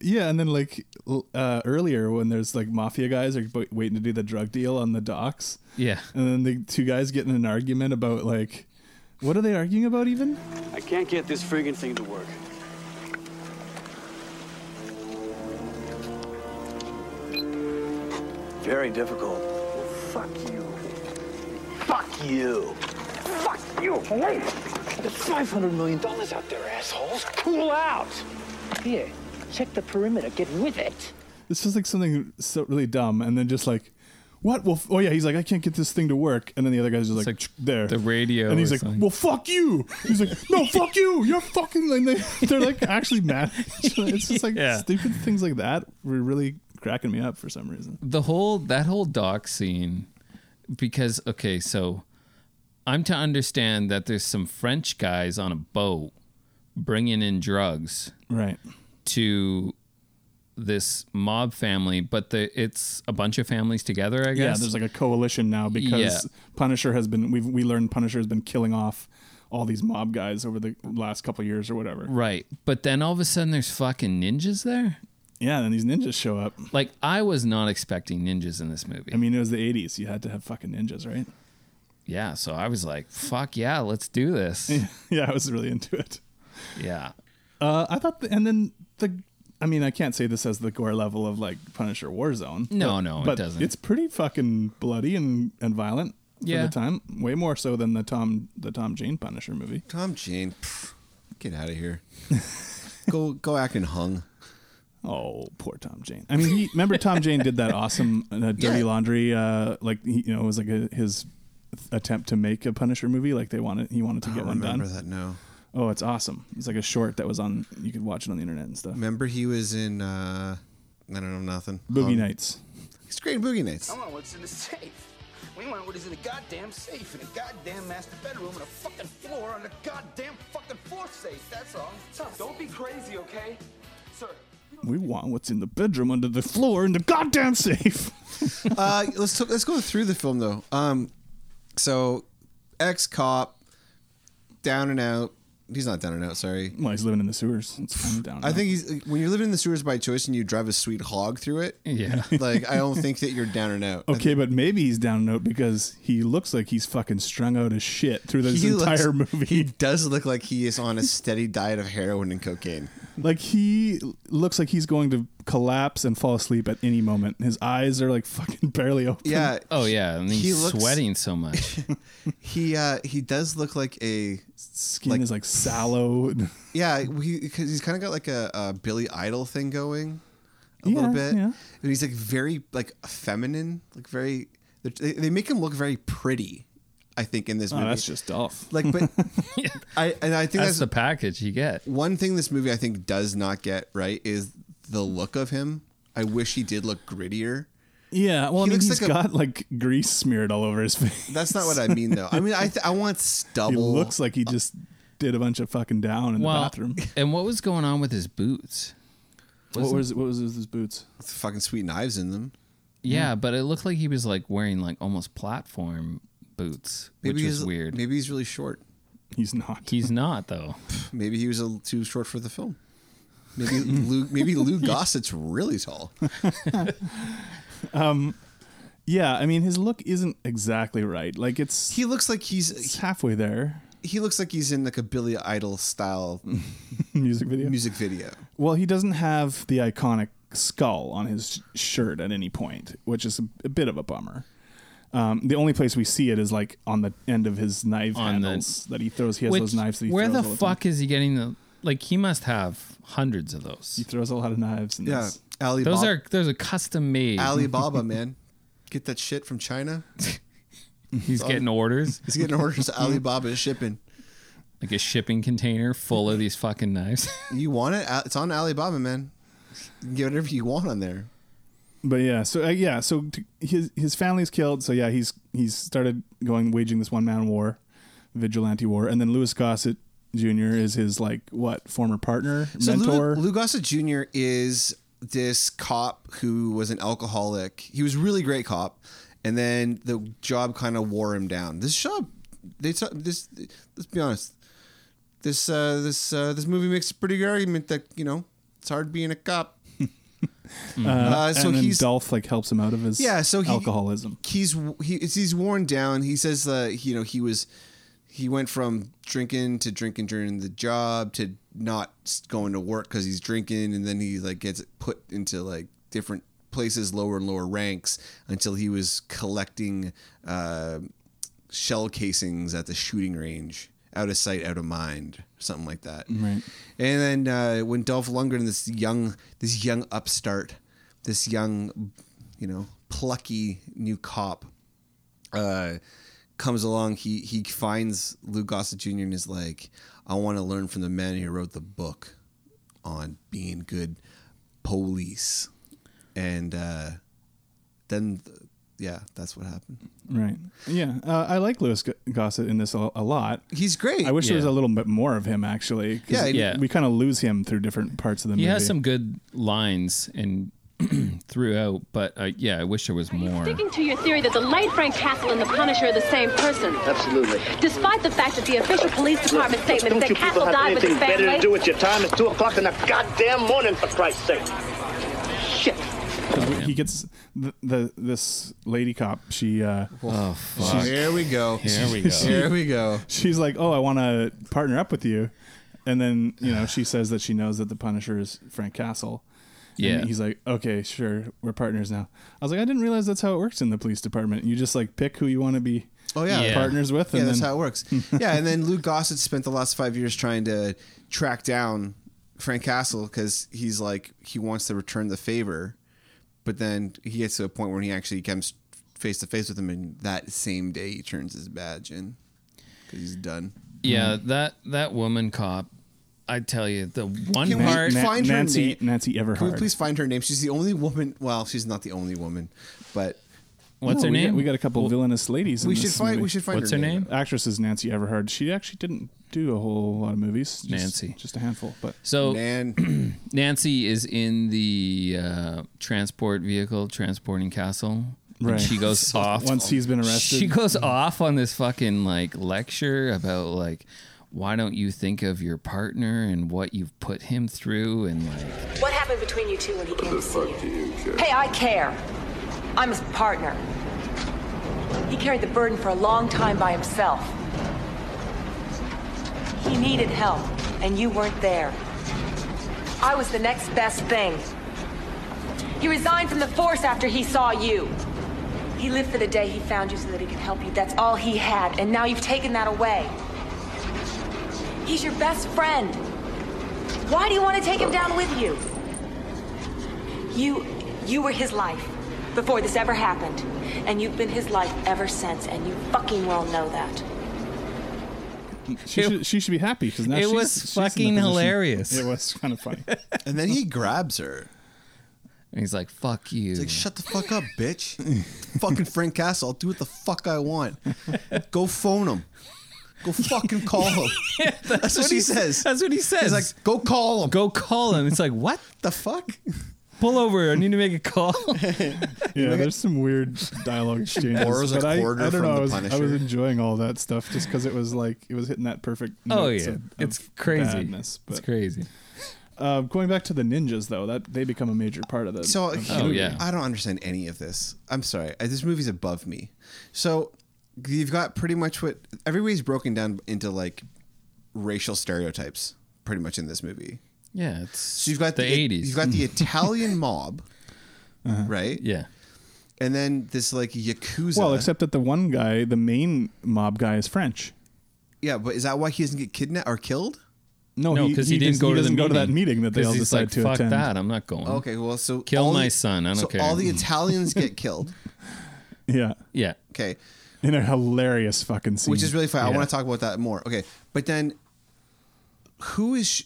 Speaker 3: yeah, and then like l- uh, earlier when there's like mafia guys are b- waiting to do the drug deal on the docks,
Speaker 2: Yeah.
Speaker 3: and then the two guys get in an argument about like, what are they arguing about even?
Speaker 9: I can't get this friggin' thing to work.
Speaker 8: Very difficult. Fuck you. Fuck you.
Speaker 9: Fuck you! Wait! There's 500 million dollars out there, assholes! Cool out!
Speaker 10: Here, check the perimeter. Get with it.
Speaker 3: This is like something so really dumb, and then just like. What? Well, f- oh yeah. He's like, I can't get this thing to work, and then the other guy's just like,
Speaker 2: like
Speaker 3: "Tch, there.
Speaker 2: the radio
Speaker 3: and he's
Speaker 2: or
Speaker 3: like,
Speaker 2: something.
Speaker 3: well, fuck you. He's like, no, fuck you. You're fucking. And they, they're like actually mad. at each other. It's just like
Speaker 2: Yeah.
Speaker 3: stupid things like that were really cracking me up for some reason.
Speaker 2: The whole that whole doc scene because okay, so I'm to understand that there's some French guys on a boat bringing in drugs
Speaker 3: Right.
Speaker 2: to this mob family, but the it's a bunch of families together, I
Speaker 3: Yeah,
Speaker 2: guess.
Speaker 3: there's like a coalition now because
Speaker 2: Yeah.
Speaker 3: Punisher has been we've we learned Punisher has been killing off all these mob guys over the last couple of years or whatever.
Speaker 2: Right. But then all of a sudden there's fucking ninjas there?
Speaker 3: Yeah, and these ninjas show up.
Speaker 2: Like I was not expecting ninjas in this movie.
Speaker 3: I mean, it was the 80s. You had to have fucking ninjas, right?
Speaker 2: yeah, so I was like, fuck yeah, let's do this.
Speaker 3: yeah, I was really into it.
Speaker 2: yeah.
Speaker 3: Uh, I thought, the, and then the, I mean, I can't say this as the gore level of like Punisher Warzone.
Speaker 2: No,
Speaker 3: but-
Speaker 2: no, it
Speaker 3: but
Speaker 2: doesn't.
Speaker 3: It's pretty fucking bloody and and violent.
Speaker 2: Yeah.
Speaker 3: For the time, way more so than the Tom the Tom Jane Punisher movie.
Speaker 1: Tom Jane, pff, get out of here. go go acting hung.
Speaker 3: Oh, poor Tom Jane. I mean, he, remember Tom Jane did that awesome uh, Dirty
Speaker 1: Yeah.
Speaker 3: Laundry, uh, like he, you know, it was like a, his attempt to make a Punisher movie. Like they wanted, he wanted to
Speaker 1: I
Speaker 3: get
Speaker 1: don't
Speaker 3: one
Speaker 1: remember
Speaker 3: done.
Speaker 1: that. No,
Speaker 3: Oh, it's awesome. It's like a short that was on. You could watch it on the internet and stuff.
Speaker 1: remember he was in. uh I don't know nothing.
Speaker 3: Boogie
Speaker 1: Um,
Speaker 3: Nights.
Speaker 1: He's great in Boogie Nights.
Speaker 11: I want what's in the safe. We want what is in the goddamn safe in a goddamn master bedroom and a fucking floor on the goddamn fucking floor safe. That's all. Don't be crazy, okay? Sir.
Speaker 3: We want what's in the bedroom under the floor in the goddamn safe.
Speaker 1: Uh, let's t- let's go through the film though. Um, so ex cop, down and out. He's not down and out. Sorry.
Speaker 3: well, he's living in the sewers. It's kind of down.
Speaker 1: I
Speaker 3: now.
Speaker 1: think he's when you're living in the sewers by choice and you drive a sweet hog through it.
Speaker 2: Yeah.
Speaker 1: Like I don't think that you're down and out.
Speaker 3: Okay, but maybe he's down note because he looks like he's fucking strung out as shit through this
Speaker 1: He looks-
Speaker 3: entire movie.
Speaker 1: He does look like he is on a steady diet of heroin and cocaine.
Speaker 3: Like he looks like he's going to collapse and fall asleep at any moment. His eyes are like fucking barely open.
Speaker 1: Yeah.
Speaker 2: Oh yeah, and he's
Speaker 1: He looks-
Speaker 2: sweating so much.
Speaker 1: He uh he does look like a
Speaker 3: skin
Speaker 1: like-
Speaker 3: is like sallow.
Speaker 1: yeah he cause he's kind of got like a, a Billy Idol thing going a
Speaker 3: Yeah,
Speaker 1: little bit,
Speaker 3: yeah.
Speaker 1: and he's like very like feminine, like very they, they make him look very pretty. I think in
Speaker 3: Oh,
Speaker 1: this movie,
Speaker 3: Dolph.
Speaker 1: like but I and I think
Speaker 2: That's
Speaker 1: that's,
Speaker 2: the package you get.
Speaker 1: one thing this movie I think does not get right is the look of him. I wish he did look grittier.
Speaker 3: Yeah, well, I
Speaker 1: He
Speaker 3: mean,
Speaker 1: looks
Speaker 3: he's
Speaker 1: like a-
Speaker 3: got like grease smeared all over his face.
Speaker 1: That's not what I mean though. I mean I th- I want stubble.
Speaker 3: He looks like he just did a bunch of fucking down in
Speaker 2: Well,
Speaker 3: the bathroom.
Speaker 2: and what was going on with his boots?
Speaker 3: What
Speaker 1: Wasn't-
Speaker 3: was what was his boots?
Speaker 1: fucking sweet knives in them.
Speaker 2: Yeah, but it looked like he was like wearing like almost platform boots,
Speaker 1: Maybe
Speaker 2: which was
Speaker 1: he's-
Speaker 2: weird.
Speaker 1: Maybe he's really short.
Speaker 3: He's not.
Speaker 2: He's not though.
Speaker 1: Maybe he was a, little too short for the film. Maybe Lou, maybe Lou Gossett's really tall.
Speaker 3: Um, yeah, I mean his look isn't exactly right. Like it's
Speaker 1: He looks like he's
Speaker 3: it's halfway there.
Speaker 1: he looks like he's in like a Billy Idol style
Speaker 3: Music video.
Speaker 1: music video.
Speaker 3: Well, he doesn't have the iconic skull on his sh- shirt at any point, which is a, a bit of a bummer. Um, the only place we see it is like on the end of his knife
Speaker 2: On the-
Speaker 3: handles that he throws. He has
Speaker 2: Which-
Speaker 3: those knives that he
Speaker 2: where
Speaker 3: throws
Speaker 2: the
Speaker 3: all
Speaker 2: fuck
Speaker 3: time.
Speaker 2: is he getting the? Like he must have hundreds of those.
Speaker 3: he throws a lot of knives. And
Speaker 1: Yeah,
Speaker 3: this-
Speaker 1: Alibaba.
Speaker 2: Those are those are custom made.
Speaker 1: Alibaba, man. Get that shit from China.
Speaker 3: oh.
Speaker 2: He's getting orders
Speaker 1: He's getting orders to Alibaba shipping.
Speaker 2: like a shipping container full of these fucking knives.
Speaker 1: You want it? Al- It's on Alibaba, man. You can get whatever you want on there.
Speaker 3: But yeah, so uh, yeah, so t- his his family's killed. So yeah, he's he's started going waging this one man war, vigilante war, and then Louis Gossett Jr. is his like what former partner
Speaker 1: So
Speaker 3: mentor.
Speaker 1: Lou, Lou Gossett Jr. is this cop who was an alcoholic. He was a really great cop, and then the job kind of wore him down. This job, they t- this. Let's be honest. This uh, this uh, this movie makes a pretty good argument that you know it's hard being a cop. uh, so
Speaker 3: and then
Speaker 1: he's
Speaker 3: Dolph like helps him out of his
Speaker 1: yeah. So he,
Speaker 3: alcoholism.
Speaker 1: He's he, it's- he's worn down. He says uh, you know he was he went from drinking to drinking during the job to not s- going to work because he's drinking, and then he like gets put into like different places, lower and lower ranks, until he was collecting uh, shell casings at the shooting range, out of sight, out of mind, something like that. Right. And then uh, when Dolph Lundgren, this young this young upstart, this young you know plucky new cop uh, comes along. He he finds Lou Gossett Jr. and is like, I want to learn from the man who wrote the book on being good police. And uh, then, th- yeah, that's what happened.
Speaker 3: Right. Yeah. Uh, I like Lewis G- Gossett in this a, a lot.
Speaker 1: He's great.
Speaker 3: I wish there was
Speaker 2: Yeah.
Speaker 3: a little bit more of him actually. 'cause
Speaker 1: Yeah,
Speaker 2: yeah.
Speaker 3: We kind of lose him through different parts of the
Speaker 2: he
Speaker 3: movie.
Speaker 2: has some good lines and throughout, but uh, yeah, I wish there was more.
Speaker 12: Sticking to your theory that the late Frank Castle and the Punisher are the same person,
Speaker 10: Absolutely.
Speaker 12: despite the fact that the official police department statement
Speaker 10: Don't
Speaker 12: that
Speaker 10: you people
Speaker 12: Castle
Speaker 10: have
Speaker 12: died with his
Speaker 10: anything better to do
Speaker 12: family.
Speaker 10: with your time? It's two o'clock in the goddamn morning, for Christ's sake.
Speaker 12: Shit.
Speaker 3: 'Cause we- He gets the, the this lady cop. She uh,
Speaker 2: Oh fuck!
Speaker 1: Here we go.
Speaker 2: Here we go.
Speaker 1: Here we go.
Speaker 3: she's like, "Oh, I want to partner up with you," and then you know she says that she knows that the Punisher is Frank Castle. And
Speaker 2: Yeah.
Speaker 3: he's like, "Okay, sure, we're partners now." I was like, "I didn't realize that's how it works in the police department. You just like pick who you want to be
Speaker 1: Oh yeah,
Speaker 2: Yeah.
Speaker 3: partners with."
Speaker 1: Yeah,
Speaker 3: and
Speaker 1: that's
Speaker 3: then,
Speaker 1: how it works. yeah, and then Lou Gossett spent the last five years trying to track down Frank Castle because he's like he wants to return the favor, but then he gets to a point where he actually comes face to face with him, and that same day he turns his badge in because he's done.
Speaker 2: Yeah, that that woman cop. I tell you, the one
Speaker 1: Can we-
Speaker 2: part.
Speaker 3: Na-
Speaker 1: Find her
Speaker 3: Nancy
Speaker 1: name.
Speaker 3: Nancy
Speaker 1: Can we
Speaker 3: Everhard.
Speaker 1: please find her name? She's the only woman. Well, she's not the only woman, but
Speaker 2: what's
Speaker 3: Oh,
Speaker 2: her
Speaker 3: we
Speaker 2: name?
Speaker 3: Got, we got a couple villainous ladies. In
Speaker 1: we
Speaker 3: this
Speaker 1: should find.
Speaker 3: movie.
Speaker 1: We should find.
Speaker 2: What's
Speaker 1: her,
Speaker 2: her
Speaker 1: name?
Speaker 2: name?
Speaker 3: Actress is Nancy Everhard. She actually didn't do a whole lot of movies. Just,
Speaker 2: Nancy.
Speaker 3: just a handful. But
Speaker 1: Oh.
Speaker 2: so
Speaker 1: Man,
Speaker 2: Nancy is in the uh, transport vehicle transporting Castle. and
Speaker 3: Right.
Speaker 2: she goes off
Speaker 3: once he's been arrested,
Speaker 2: She goes off on this fucking like lecture about like why don't you think of your partner and what you've put him through and like
Speaker 13: What happened between you two when he came to see you? Hey, I care. I'm his partner. He carried the burden for a long time by himself. He needed help, and you weren't there. I was the next best thing. He resigned from the force after he saw you. He lived for the day he found you so that he could help you. That's all he had, and now you've taken that away. He's your best friend. Why do you want to take him down with you? You you were his life before this ever happened. And you've been his life ever since, and you fucking well know that.
Speaker 3: she,
Speaker 2: It-
Speaker 3: should, she should be happy because now
Speaker 2: It
Speaker 3: she's-
Speaker 2: was
Speaker 3: she's in the
Speaker 2: fucking
Speaker 3: position-
Speaker 2: hilarious.
Speaker 3: It was kind of funny.
Speaker 1: and then he grabs her.
Speaker 2: and he's like fuck you.
Speaker 1: Like, shut the fuck up, bitch. Fucking Frank Castle. I'll do what the fuck I want. Go phone him. Go fucking call him. that's, what, he says.
Speaker 2: That's what he says.
Speaker 1: He's like, go call him.
Speaker 2: Go call him. It's like, what
Speaker 1: the fuck?
Speaker 2: Pull over. I need to make a call.
Speaker 3: Yeah, there's some weird dialogue exchanges.
Speaker 1: Borrows a
Speaker 3: but I-
Speaker 1: quarter
Speaker 3: I, don't
Speaker 1: from
Speaker 3: know.
Speaker 1: the
Speaker 3: I was, I was
Speaker 1: Punisher.
Speaker 3: enjoying all that stuff just because it was like it was hitting that perfect.
Speaker 2: Oh,
Speaker 3: notes
Speaker 2: yeah.
Speaker 3: of- of
Speaker 2: It's crazy.
Speaker 3: badness,
Speaker 2: It's
Speaker 3: but-
Speaker 2: crazy.
Speaker 3: Uh, going back to the ninjas though, that they become a major part of the.
Speaker 1: So
Speaker 3: of the
Speaker 1: he-
Speaker 2: Oh,
Speaker 3: movie.
Speaker 1: Oh, I don't understand any of this. I'm sorry. I, this movie's above me. So you've got pretty much what everybody's broken down into like racial stereotypes pretty much in this movie.
Speaker 2: Yeah, it's
Speaker 1: So you've got
Speaker 2: the eighties. Uh-huh.
Speaker 1: You've got the Italian mob, right?
Speaker 2: Yeah.
Speaker 1: And then this like yakuza.
Speaker 3: Well, except that the one guy, the main mob guy, is French.
Speaker 1: yeah, but is that why he doesn't get kidnapped or killed?
Speaker 3: No,
Speaker 2: No,
Speaker 3: Oh, he-
Speaker 2: 'cause he
Speaker 3: he
Speaker 2: didn't
Speaker 3: does-
Speaker 2: go
Speaker 3: he
Speaker 2: to the
Speaker 3: doesn't go to that
Speaker 2: meeting.
Speaker 3: meeting that they
Speaker 2: 'Cause
Speaker 3: all
Speaker 2: he's
Speaker 3: decide
Speaker 2: like,
Speaker 3: to
Speaker 2: "Fuck
Speaker 3: attend."
Speaker 2: that, I'm not going.
Speaker 1: Okay, well, so
Speaker 2: Hmm? Kill
Speaker 1: all
Speaker 2: my
Speaker 1: the-
Speaker 2: son, I don't
Speaker 1: so
Speaker 2: care.
Speaker 1: All the Italians get killed.
Speaker 3: Yeah.
Speaker 2: Yeah.
Speaker 1: Okay.
Speaker 3: In a hilarious fucking scene,
Speaker 1: which is really fun. I
Speaker 3: Yeah.
Speaker 1: want to talk about that more. Okay, but then who is sh-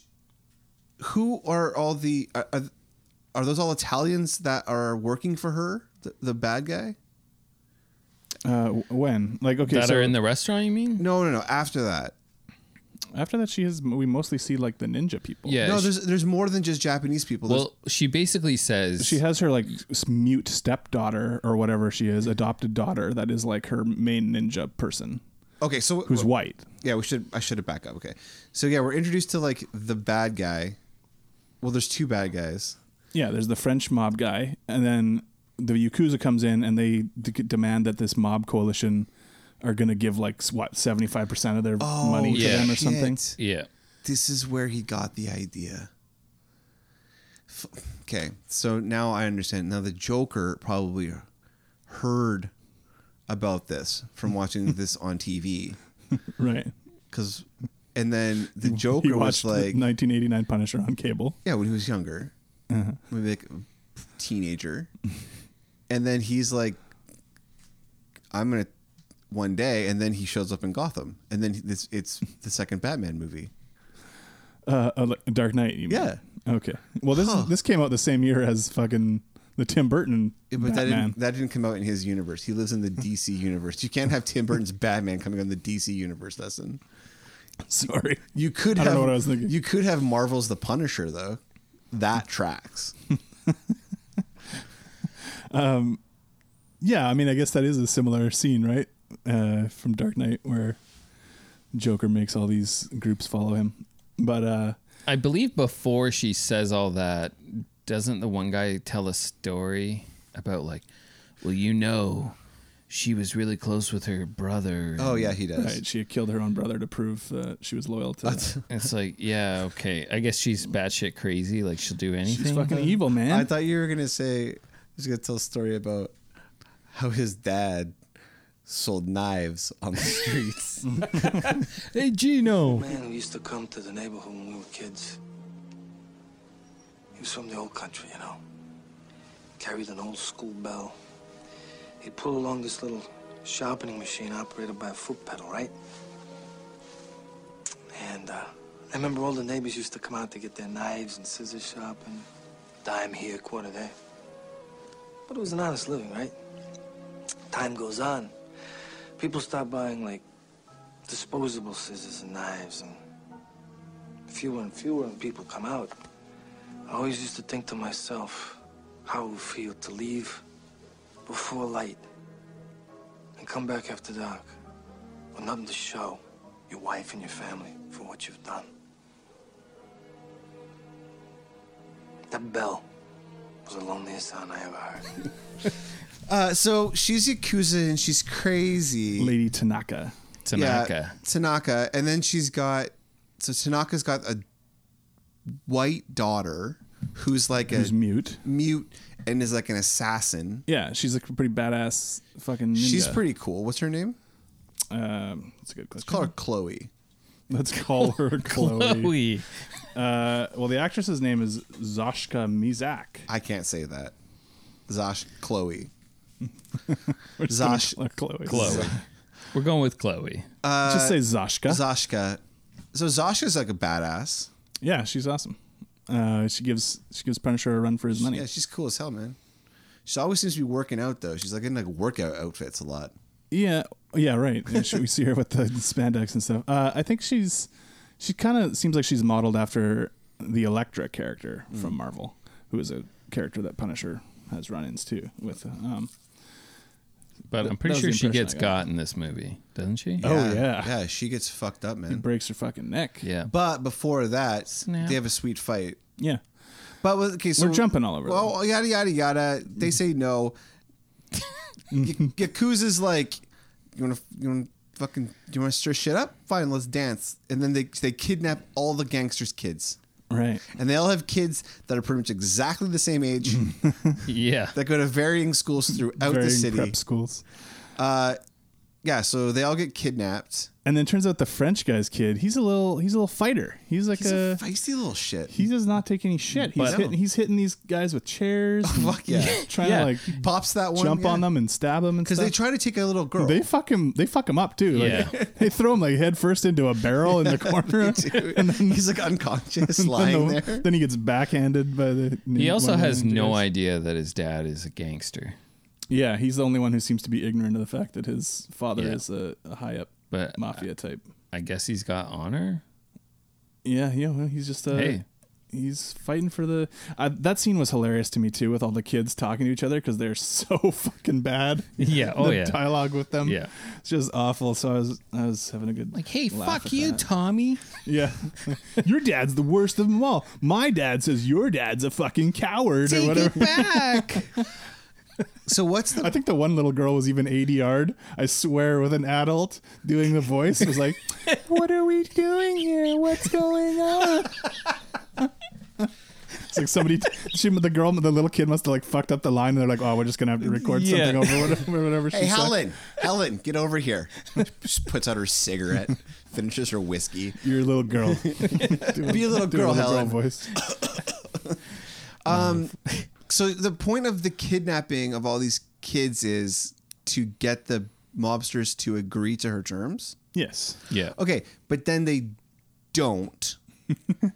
Speaker 1: who are all the are, are- are those all Italians that are working for her? The, the bad guy?
Speaker 3: Uh, w- when like okay,
Speaker 2: that
Speaker 3: so
Speaker 2: are in the restaurant. You mean?
Speaker 1: No, no, no. After that,
Speaker 3: after that, she has. We mostly see like the ninja people.
Speaker 2: Yeah.
Speaker 1: no.
Speaker 2: she-
Speaker 1: There's there's more than just Japanese people. There's-
Speaker 2: well, she basically says
Speaker 3: She has her like s- mute stepdaughter or whatever she is, adopted daughter that is like her main ninja person
Speaker 1: okay, so
Speaker 3: who's white.
Speaker 1: Yeah, we should. I should have back up. Okay, so yeah, we're introduced to like the bad guy. Well, there's two bad guys.
Speaker 3: Yeah, there's the French mob guy, and then the Yakuza comes in and they d- demand that this mob coalition are going to give like s- what seventy five percent of their money to
Speaker 2: yeah.
Speaker 3: them or something.
Speaker 1: Oh, Shit.
Speaker 2: Yeah.
Speaker 1: This is where he got the idea. F- Okay, so now I understand. Now the Joker probably heard about this from watching this on TV,
Speaker 3: Right.
Speaker 1: because, and then the
Speaker 3: He
Speaker 1: Joker was
Speaker 3: watched
Speaker 1: like,
Speaker 3: nineteen eighty nine Punisher on cable.
Speaker 1: yeah, when he was younger,
Speaker 3: Uh-huh.
Speaker 1: maybe like a teenager, and then he's like, I'm gonna one day, and then he shows up in Gotham, and then it's it's the second Batman movie.
Speaker 3: Uh, uh, like Dark Knight. You mean.
Speaker 1: Yeah.
Speaker 3: Okay. Well, this
Speaker 1: Huh.
Speaker 3: this came out the same year as fucking the Tim Burton
Speaker 1: Yeah, but that
Speaker 3: Batman.
Speaker 1: didn't, that didn't come out in his universe. He lives in the DC universe. You can't have Tim Burton's Batman coming on the DC universe. Lesson.
Speaker 3: Sorry.
Speaker 1: You could
Speaker 3: I
Speaker 1: have
Speaker 3: don't know what I was thinking.
Speaker 1: you could have Marvel's The Punisher though. That tracks.
Speaker 3: Yeah, I mean, I guess that is a similar scene, right? Uh, from Dark Knight, where Joker makes all these groups follow him. But uh,
Speaker 2: I believe before she says all that, doesn't the one guy tell a story about like, well, you know, she was really close with her brother.
Speaker 1: Oh yeah, he does.
Speaker 3: right, she had killed her own brother to prove that she was loyal to.
Speaker 1: That's-
Speaker 2: It's like, yeah, okay. I guess she's batshit crazy. Like she'll do anything.
Speaker 3: She's fucking evil, man.
Speaker 1: I thought you were gonna say I was gonna tell a story about how his dad sold knives on the streets.
Speaker 2: hey, Gino.
Speaker 14: man who used to come to the neighborhood when we were kids. He was from the old country, you know. Carried an old school bell. He'd pull along this little sharpening machine operated by a foot pedal, right? And uh, I remember all the neighbors used to come out to get their knives and scissors sharpened. Dime here, quarter there. But it was an honest living, right? Time goes on. People start buying like disposable scissors and knives, and fewer and fewer people come out. I always used to think to myself how it would feel to leave before light and come back after dark with nothing to show your wife and your family for what you've done. That bell was the loneliest sound I ever heard.
Speaker 1: Uh, so she's Yakuza and she's crazy.
Speaker 3: Lady Tanaka.
Speaker 2: Tanaka.
Speaker 1: Yeah, Tanaka. And then she's got so Tanaka's got a white daughter who's like a
Speaker 3: Who's mute?
Speaker 1: mute and is like an assassin.
Speaker 3: Yeah, she's a pretty badass fucking. Ninja.
Speaker 1: She's pretty cool. What's her name?
Speaker 3: Um, that's a good question.
Speaker 1: Call her Chloe.
Speaker 3: Let's call her Chloe.
Speaker 2: Chloe.
Speaker 3: Uh, well, the actress's name is Zoshka Mizak.
Speaker 1: I can't say that. Zosh Chloe.
Speaker 3: We're just gonna
Speaker 1: Zosh-
Speaker 3: call her Chloe.
Speaker 2: Chloe. We're going with Chloe.
Speaker 3: Just say
Speaker 1: Uh,
Speaker 3: Zoshka.
Speaker 1: Zoshka. So Zoshka's like a badass.
Speaker 3: yeah, she's awesome. Uh, she gives she gives Punisher a run for his money.
Speaker 1: Yeah, she's cool as hell, man. She always seems to be working out though. She's like in like workout outfits a lot.
Speaker 3: Yeah, Yeah, right. Yeah, she- we see her with the spandex and stuff. Uh, I think she's she kind of seems like she's modeled after the Electra character from
Speaker 15: Mm.
Speaker 3: Marvel, who is a character that Punisher has run-ins too with. Um,
Speaker 2: But
Speaker 3: th-
Speaker 2: I'm
Speaker 3: that
Speaker 2: pretty
Speaker 3: was
Speaker 2: sure
Speaker 3: the
Speaker 2: she
Speaker 3: impression
Speaker 2: gets
Speaker 3: I got.
Speaker 2: got in this movie, doesn't she?
Speaker 3: Oh yeah,
Speaker 1: yeah. She gets fucked up, man.
Speaker 3: breaks her fucking neck.
Speaker 2: Yeah.
Speaker 1: But before that,
Speaker 2: Snap.
Speaker 1: they have a sweet fight.
Speaker 3: Yeah.
Speaker 1: But with, okay, so
Speaker 3: We're jumping all over
Speaker 1: Well, yada yada yada. They say no. Y- Yakuza's like, you want to, you want to fucking, you want to stir shit up? Fine, let's dance. And then they they kidnap all the gangsters' kids.
Speaker 3: Right.
Speaker 1: And they all have kids that are pretty much exactly the same age.
Speaker 2: yeah.
Speaker 1: That go to varying schools throughout the
Speaker 3: Mm. Varying
Speaker 1: city.
Speaker 3: prep schools.
Speaker 1: Uh, yeah. So they all get kidnapped.
Speaker 3: And then turns out the French guy's kid, he's a little he's a little fighter. He's like
Speaker 1: He's
Speaker 3: a,
Speaker 1: a feisty little shit.
Speaker 3: Uh, He does not take any shit. He's
Speaker 1: But- Oh,
Speaker 3: hitting he's hitting these guys with chairs.
Speaker 1: Fuck yeah.
Speaker 3: trying
Speaker 1: Yeah.
Speaker 3: to like
Speaker 1: pops that one,
Speaker 3: jump
Speaker 1: yeah.
Speaker 3: on them and stab them and
Speaker 1: Because
Speaker 3: stuff.
Speaker 1: they try to take a little girl.
Speaker 3: They fuck him. They fuck him up too. Like, they throw him like head first into a barrel in the corner, and then
Speaker 1: he's like unconscious,
Speaker 2: lying
Speaker 3: then
Speaker 2: there.
Speaker 3: Then he gets backhanded by the.
Speaker 2: He also
Speaker 3: one of the
Speaker 2: has no
Speaker 3: ninjas.
Speaker 2: idea that his dad is a gangster.
Speaker 3: Yeah, he's the only one who seems to be ignorant of the fact that his father
Speaker 2: Yeah.
Speaker 3: is a, a high up
Speaker 2: But uh,
Speaker 3: mafia type.
Speaker 2: I guess he's got honor.
Speaker 3: Yeah, yeah. Well, he's just uh,
Speaker 2: Hey.
Speaker 3: he's fighting for the. I, that scene was hilarious to me too, with all the kids talking to each other because they're so fucking bad.
Speaker 2: Yeah, oh,
Speaker 3: The
Speaker 2: yeah.
Speaker 3: Dialogue with them.
Speaker 2: Yeah.
Speaker 3: It's just awful. So I was I was having a good
Speaker 2: Like, hey,
Speaker 3: laugh
Speaker 2: fuck
Speaker 3: at
Speaker 2: you,
Speaker 3: that.
Speaker 2: Tommy.
Speaker 3: Yeah. your dad's the worst of them all. My dad says your dad's a fucking coward or whatever.
Speaker 1: back. so what's the?
Speaker 3: I think the one little girl was even ADR'd. I swear, with an adult doing the voice, it was like, "What are we doing here? What's going on?" it's like somebody. She, the girl, the little kid must have like fucked up the line, and they're like, "Oh, we're just gonna have to record
Speaker 1: Yeah.
Speaker 3: something over whatever." whatever she
Speaker 1: Hey,
Speaker 3: said."
Speaker 1: Helen, Helen, get over here. She puts out her cigarette, finishes her whiskey.
Speaker 3: You're a little girl.
Speaker 1: Be a little
Speaker 3: do a
Speaker 1: girl,
Speaker 3: little girl
Speaker 1: Helen.
Speaker 3: voice.
Speaker 1: um, so the point of the kidnapping of all these kids is to get the mobsters to agree to her terms.
Speaker 3: Yes.
Speaker 2: Yeah.
Speaker 1: Okay, but then they don't.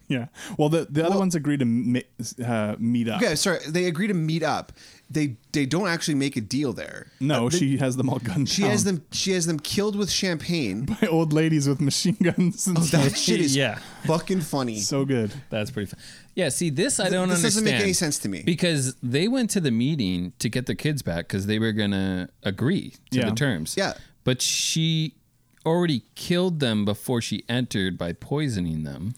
Speaker 3: yeah. Well, the the other ones agree to mi- uh, meet up.
Speaker 1: Okay, sorry. They agree to meet up. They they don't actually make a deal there.
Speaker 3: No,
Speaker 1: Uh, they-
Speaker 3: she has them all gunned
Speaker 1: She
Speaker 3: down.
Speaker 1: has them. She has them killed with champagne.
Speaker 3: by old ladies with machine guns. And stuff.
Speaker 1: That shit is
Speaker 2: Yeah.
Speaker 1: fucking funny.
Speaker 3: So good.
Speaker 2: That's pretty fun. Yeah, see, this I
Speaker 1: Th-
Speaker 2: don't
Speaker 1: this
Speaker 2: understand.
Speaker 1: doesn't make any sense to me.
Speaker 2: Because they went to the meeting to get their kids back because they were going to agree to
Speaker 1: Yeah.
Speaker 2: the terms.
Speaker 1: Yeah.
Speaker 2: But she already killed them before she entered by poisoning them.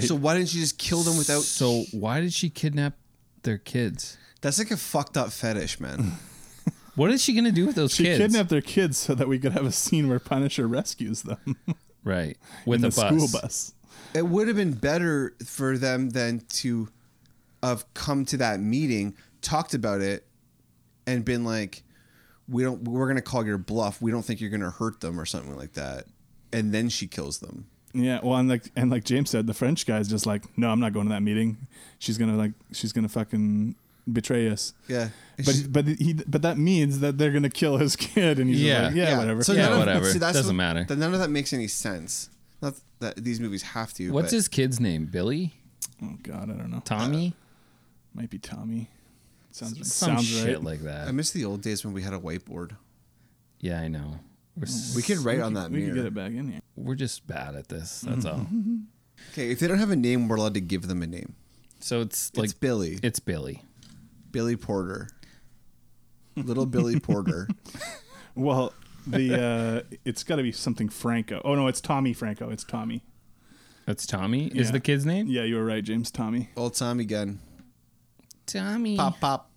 Speaker 1: So why didn't you just kill them without? So
Speaker 2: why did she kidnap their kids?
Speaker 1: That's like a fucked up fetish, man.
Speaker 2: What is she going to do with those
Speaker 3: She
Speaker 2: kids?
Speaker 3: kidnapped their kids so that we could have a scene where Punisher rescues them.
Speaker 2: right. With
Speaker 3: In
Speaker 2: a
Speaker 3: the
Speaker 2: bus.
Speaker 3: school bus.
Speaker 1: it would have been better for them than to have come to that meeting, talked about it, and been like, "We don't. We're gonna call your bluff. We don't think you're gonna hurt them or something like that." And then she kills them.
Speaker 3: Yeah, well, and like and like James said, the French guy's just like, no, I'm not going to that meeting. She's gonna like, she's gonna fucking betray us.
Speaker 1: Yeah.
Speaker 3: but but he but that means that they're gonna kill his kid, and he's just like, yeah, whatever,
Speaker 1: So none of- see, that's what- Then none of that makes any sense. Not that these movies have to.
Speaker 2: What's
Speaker 1: but-
Speaker 2: his kid's name? Billy?
Speaker 3: Oh God, I don't know.
Speaker 2: Tommy?
Speaker 3: Might be Tommy. Sounds
Speaker 2: Some
Speaker 3: Uh, sounds
Speaker 2: shit
Speaker 3: right.
Speaker 2: like that.
Speaker 1: I miss the old days when we had a whiteboard.
Speaker 2: Yeah, I know. We're
Speaker 1: We could write on that
Speaker 3: We
Speaker 1: mirror.
Speaker 3: can get it back in here.
Speaker 2: We're just bad at this. That's all.
Speaker 3: Mm-hmm.
Speaker 1: Okay, if they don't have a name, we're allowed to give them a name.
Speaker 2: So it's like
Speaker 1: Billy.
Speaker 2: It's Billy.
Speaker 1: Billy Porter. Little Billy Porter.
Speaker 3: Well, the uh, it's got to be something Franco. Oh no, it's Tommy Franco. It's Tommy.
Speaker 2: That's Tommy. Is
Speaker 3: Yeah.
Speaker 2: the kid's name?
Speaker 3: Yeah, you were right, James. Tommy.
Speaker 1: Old Tommy gun.
Speaker 2: Tommy.
Speaker 1: Pop pop.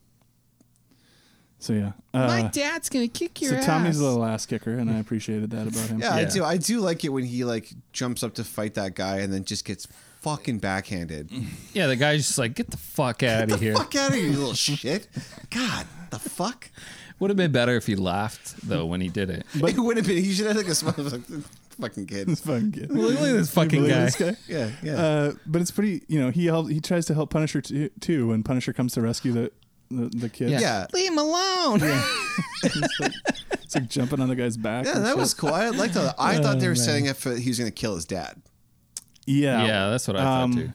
Speaker 3: So yeah, Uh,
Speaker 2: dad's gonna kick
Speaker 3: so Tommy's the last kicker, and I appreciated that about him.
Speaker 1: Yeah, I do. I do like it when he like jumps up to fight that guy and then just gets fucking backhanded.
Speaker 3: Mm-hmm.
Speaker 2: Yeah, the guy's just like, get the fuck out of here.
Speaker 1: Fuck out of here, you little shit. God, the fuck.
Speaker 2: Would have been better if he laughed though when he did it.
Speaker 1: it would have been. He should have like a smile like this fucking kid.
Speaker 3: This fucking kid.
Speaker 2: Look at this
Speaker 3: You
Speaker 2: fucking
Speaker 3: believe
Speaker 2: guy.
Speaker 3: this
Speaker 1: Yeah, yeah.
Speaker 3: Uh, but it's pretty. You know, he help, he tries to help Punisher too, too when Punisher comes to rescue the the, the kid.
Speaker 1: leave him alone. Yeah,
Speaker 3: it's like jumping on the guy's back. and
Speaker 1: that
Speaker 3: shit.
Speaker 1: was cool. I liked all that. I thought they were
Speaker 3: Oh, man.
Speaker 1: setting up for he was going to kill his dad.
Speaker 3: Yeah, Um,
Speaker 2: Yeah, that's what I thought, too.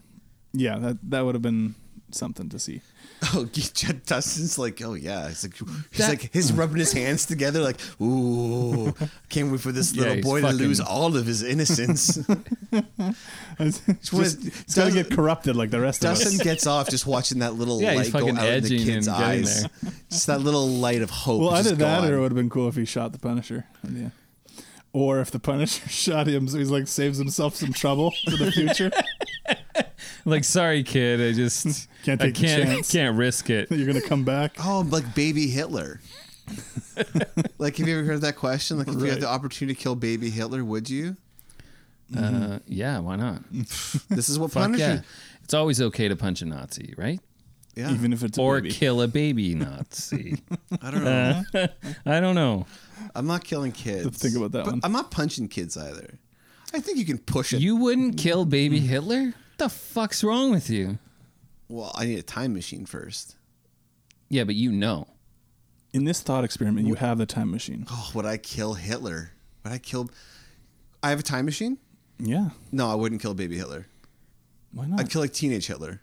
Speaker 3: Yeah, that that would have been something to see.
Speaker 1: Oh, Dustin's like, oh yeah, he's like, he's like, he's rubbing his hands together, like, ooh, can't wait for this
Speaker 3: Yeah,
Speaker 1: little
Speaker 3: he's
Speaker 1: boy to
Speaker 3: fucking-
Speaker 1: lose all of his innocence.
Speaker 3: It's
Speaker 1: wanna-
Speaker 3: just, it's gotta get corrupted like the rest of
Speaker 1: Dustin
Speaker 3: us.
Speaker 1: gets off just watching that little
Speaker 3: Yeah, he's
Speaker 1: light go
Speaker 3: fucking
Speaker 1: out in the
Speaker 3: edging
Speaker 1: kid's
Speaker 3: and getting
Speaker 1: eyes.
Speaker 3: there.
Speaker 1: Just that little light of hope.
Speaker 3: well,
Speaker 1: just
Speaker 3: either that
Speaker 1: gone.
Speaker 3: or it would have been cool if he shot the Punisher. Yeah. Or if the Punisher shot him, so he's like saves himself some trouble for the future.
Speaker 2: Like, sorry, kid, I just
Speaker 3: Can't
Speaker 2: I
Speaker 3: take the
Speaker 2: can't,
Speaker 3: chance.
Speaker 2: Can't risk it.
Speaker 3: You're gonna come back.
Speaker 1: Oh, I'm like baby Hitler. like, have you ever heard that question? Like, if you had
Speaker 2: Right.
Speaker 1: the opportunity to kill baby Hitler, would you?
Speaker 2: Uh, yeah, why not?
Speaker 3: Mm-hmm.
Speaker 1: this is what
Speaker 2: Fuck
Speaker 1: Punisher-
Speaker 2: yeah. It's always okay to punch a Nazi, right?
Speaker 1: Yeah. Even
Speaker 3: if it's
Speaker 2: or kill a baby Nazi.
Speaker 1: I don't know.
Speaker 2: Uh, I don't know.
Speaker 1: I'm not killing kids.
Speaker 2: Think about that
Speaker 1: But
Speaker 2: one.
Speaker 1: I'm not punching kids either. I think you can push it.
Speaker 2: You wouldn't kill baby Hitler? What the fuck's wrong with you?
Speaker 1: Well, I need a time machine first.
Speaker 2: Yeah, but you know.
Speaker 3: In this thought experiment, you have the time machine.
Speaker 1: Oh, would I kill Hitler? Would I kill? I have a time machine.
Speaker 3: Yeah.
Speaker 1: No, I wouldn't kill baby Hitler.
Speaker 3: Why not?
Speaker 1: I'd kill like teenage Hitler.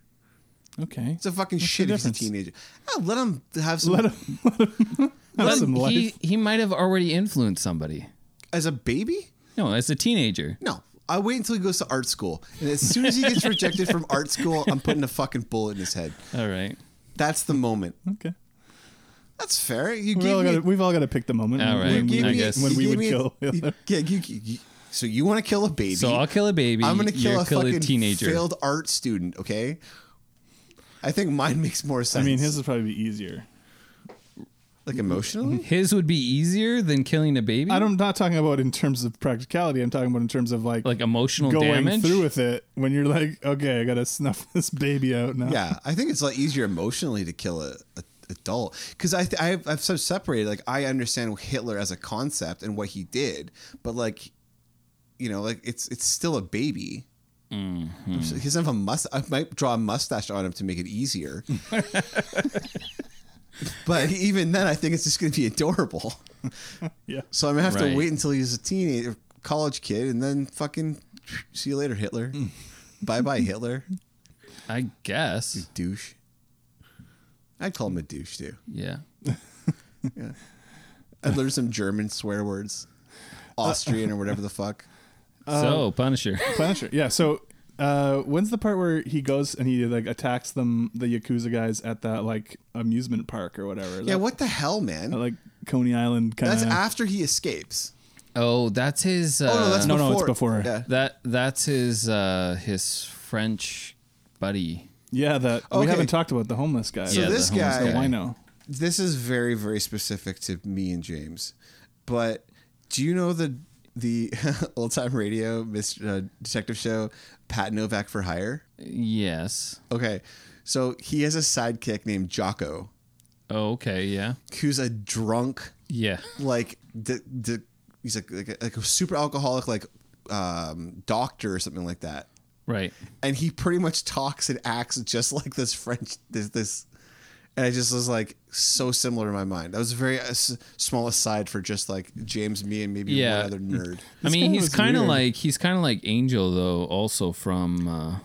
Speaker 3: Okay.
Speaker 1: It's a fucking
Speaker 3: What's the
Speaker 1: shit if he's a
Speaker 3: difference?
Speaker 1: teenager. Ah, let him have some.
Speaker 3: Let him.
Speaker 2: But
Speaker 1: some
Speaker 2: he,
Speaker 1: life.
Speaker 2: he might have already influenced somebody.
Speaker 1: As a baby?
Speaker 2: No, as a teenager.
Speaker 1: No. I wait until he goes to art school, and as soon as he gets rejected from art school, I'm putting a fucking bullet in his head.
Speaker 2: All right.
Speaker 1: That's the moment.
Speaker 3: Okay.
Speaker 1: That's fair. You
Speaker 3: We've
Speaker 1: gave
Speaker 3: all,
Speaker 1: me.
Speaker 3: gotta, we've all got to pick the moment
Speaker 2: All right,
Speaker 3: when,
Speaker 2: You
Speaker 3: we,
Speaker 2: gave me- I
Speaker 3: when
Speaker 2: guess.
Speaker 3: we
Speaker 2: you
Speaker 3: would
Speaker 2: gave
Speaker 3: kill
Speaker 1: me-
Speaker 3: Hitler.
Speaker 1: yeah, you, you- so you want to kill a baby?
Speaker 2: So I'll kill a baby.
Speaker 1: I'm gonna kill
Speaker 2: You'll
Speaker 1: a
Speaker 2: kill a
Speaker 1: fucking
Speaker 2: teenager.
Speaker 1: failed art student. Okay. I think mine makes more sense.
Speaker 3: I mean, his would probably be easier.
Speaker 1: like emotionally.
Speaker 2: His would be easier than killing a baby.
Speaker 3: I don't- I'm not talking about in terms of practicality. I'm talking about in terms of like
Speaker 2: like emotional
Speaker 3: going
Speaker 2: damage.
Speaker 3: through with it when you're like, okay, I gotta snuff this baby out now.
Speaker 1: Yeah, I think it's a lot easier emotionally to kill a, a adult because I th- I've, I've so separated. Like I understand Hitler as a concept and what he did, but like, you know, like it's it's still a baby.
Speaker 3: Mm-hmm.
Speaker 1: So He doesn't have a must. I might draw a mustache on him to make it easier. but even then, I think it's just going to be adorable.
Speaker 3: Yeah.
Speaker 1: So I'm gonna have
Speaker 2: Right.
Speaker 1: to wait until he's a teenager, college kid, and then fucking see you later, Hitler.
Speaker 3: Mm.
Speaker 1: bye bye, Hitler.
Speaker 2: I guess.
Speaker 1: Hmm.
Speaker 2: You
Speaker 1: douche. I'd call him a douche too.
Speaker 2: Yeah.
Speaker 1: yeah. I'd learn some German swear words, Austrian or whatever the fuck. Um,
Speaker 2: so Punisher.
Speaker 3: Punisher. Yeah. So uh, when's the part where he goes and he like attacks them, the yakuza guys at that like amusement park or whatever? Is
Speaker 1: Yeah,
Speaker 3: that-
Speaker 1: what the hell, man?
Speaker 3: that, like Coney Island kind
Speaker 1: That's
Speaker 3: of.
Speaker 1: after he escapes.
Speaker 2: Oh, that's his. Uh,
Speaker 1: no, that's No, no, it's
Speaker 3: before. before.
Speaker 2: That that's his uh, his French buddy.
Speaker 3: yeah, that we
Speaker 1: Okay.
Speaker 3: haven't talked about the homeless guy.
Speaker 1: So
Speaker 2: Yeah,
Speaker 1: this
Speaker 2: the homeless
Speaker 1: guy,
Speaker 2: guy.
Speaker 3: I know.
Speaker 1: This is very, very specific to me and James. But do you know the the old time radio Mr. Uh, detective show Pat Novak for Hire?
Speaker 2: Yes.
Speaker 1: Okay, so he has a sidekick named Jocko,
Speaker 2: Oh, okay. Yeah.
Speaker 1: who's a drunk
Speaker 2: Yeah.
Speaker 1: like the the he's like like a, like a super alcoholic like um doctor or something like that
Speaker 2: Right.
Speaker 1: and he pretty much talks and acts just like this french this this and I just was like so similar in my mind. That was a very uh, s- small aside for just like James, me, and maybe
Speaker 2: Yeah.
Speaker 1: one other nerd.
Speaker 2: I mean,
Speaker 3: guy
Speaker 2: he's
Speaker 3: was
Speaker 2: kind of
Speaker 3: weird.
Speaker 2: like he's kind of like Angel though, also from uh,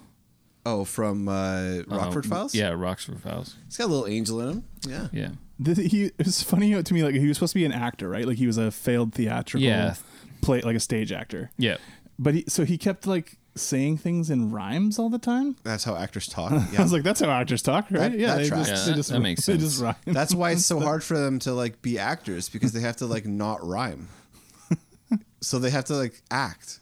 Speaker 1: Oh, from uh, Rockford
Speaker 2: uh,
Speaker 1: Files.
Speaker 2: Yeah, Rockford Files.
Speaker 1: he's got a little angel in him. Yeah,
Speaker 2: Yeah.
Speaker 3: This, he it was funny to me. Like he was supposed to be an actor, right? Like he was a failed theatrical
Speaker 2: Yeah.
Speaker 3: play, like a stage actor.
Speaker 2: Yeah.
Speaker 3: But he, so he kept like saying things in rhymes all the time.
Speaker 1: that's how actors talk. Yeah.
Speaker 3: I was like, that's how actors talk, right?
Speaker 1: That- that tracks.
Speaker 2: Yeah, that- that makes
Speaker 3: they just
Speaker 2: sense.
Speaker 3: rhyme.
Speaker 1: That's why it's so hard for them to like be actors because they have to like not rhyme. so they have to like act.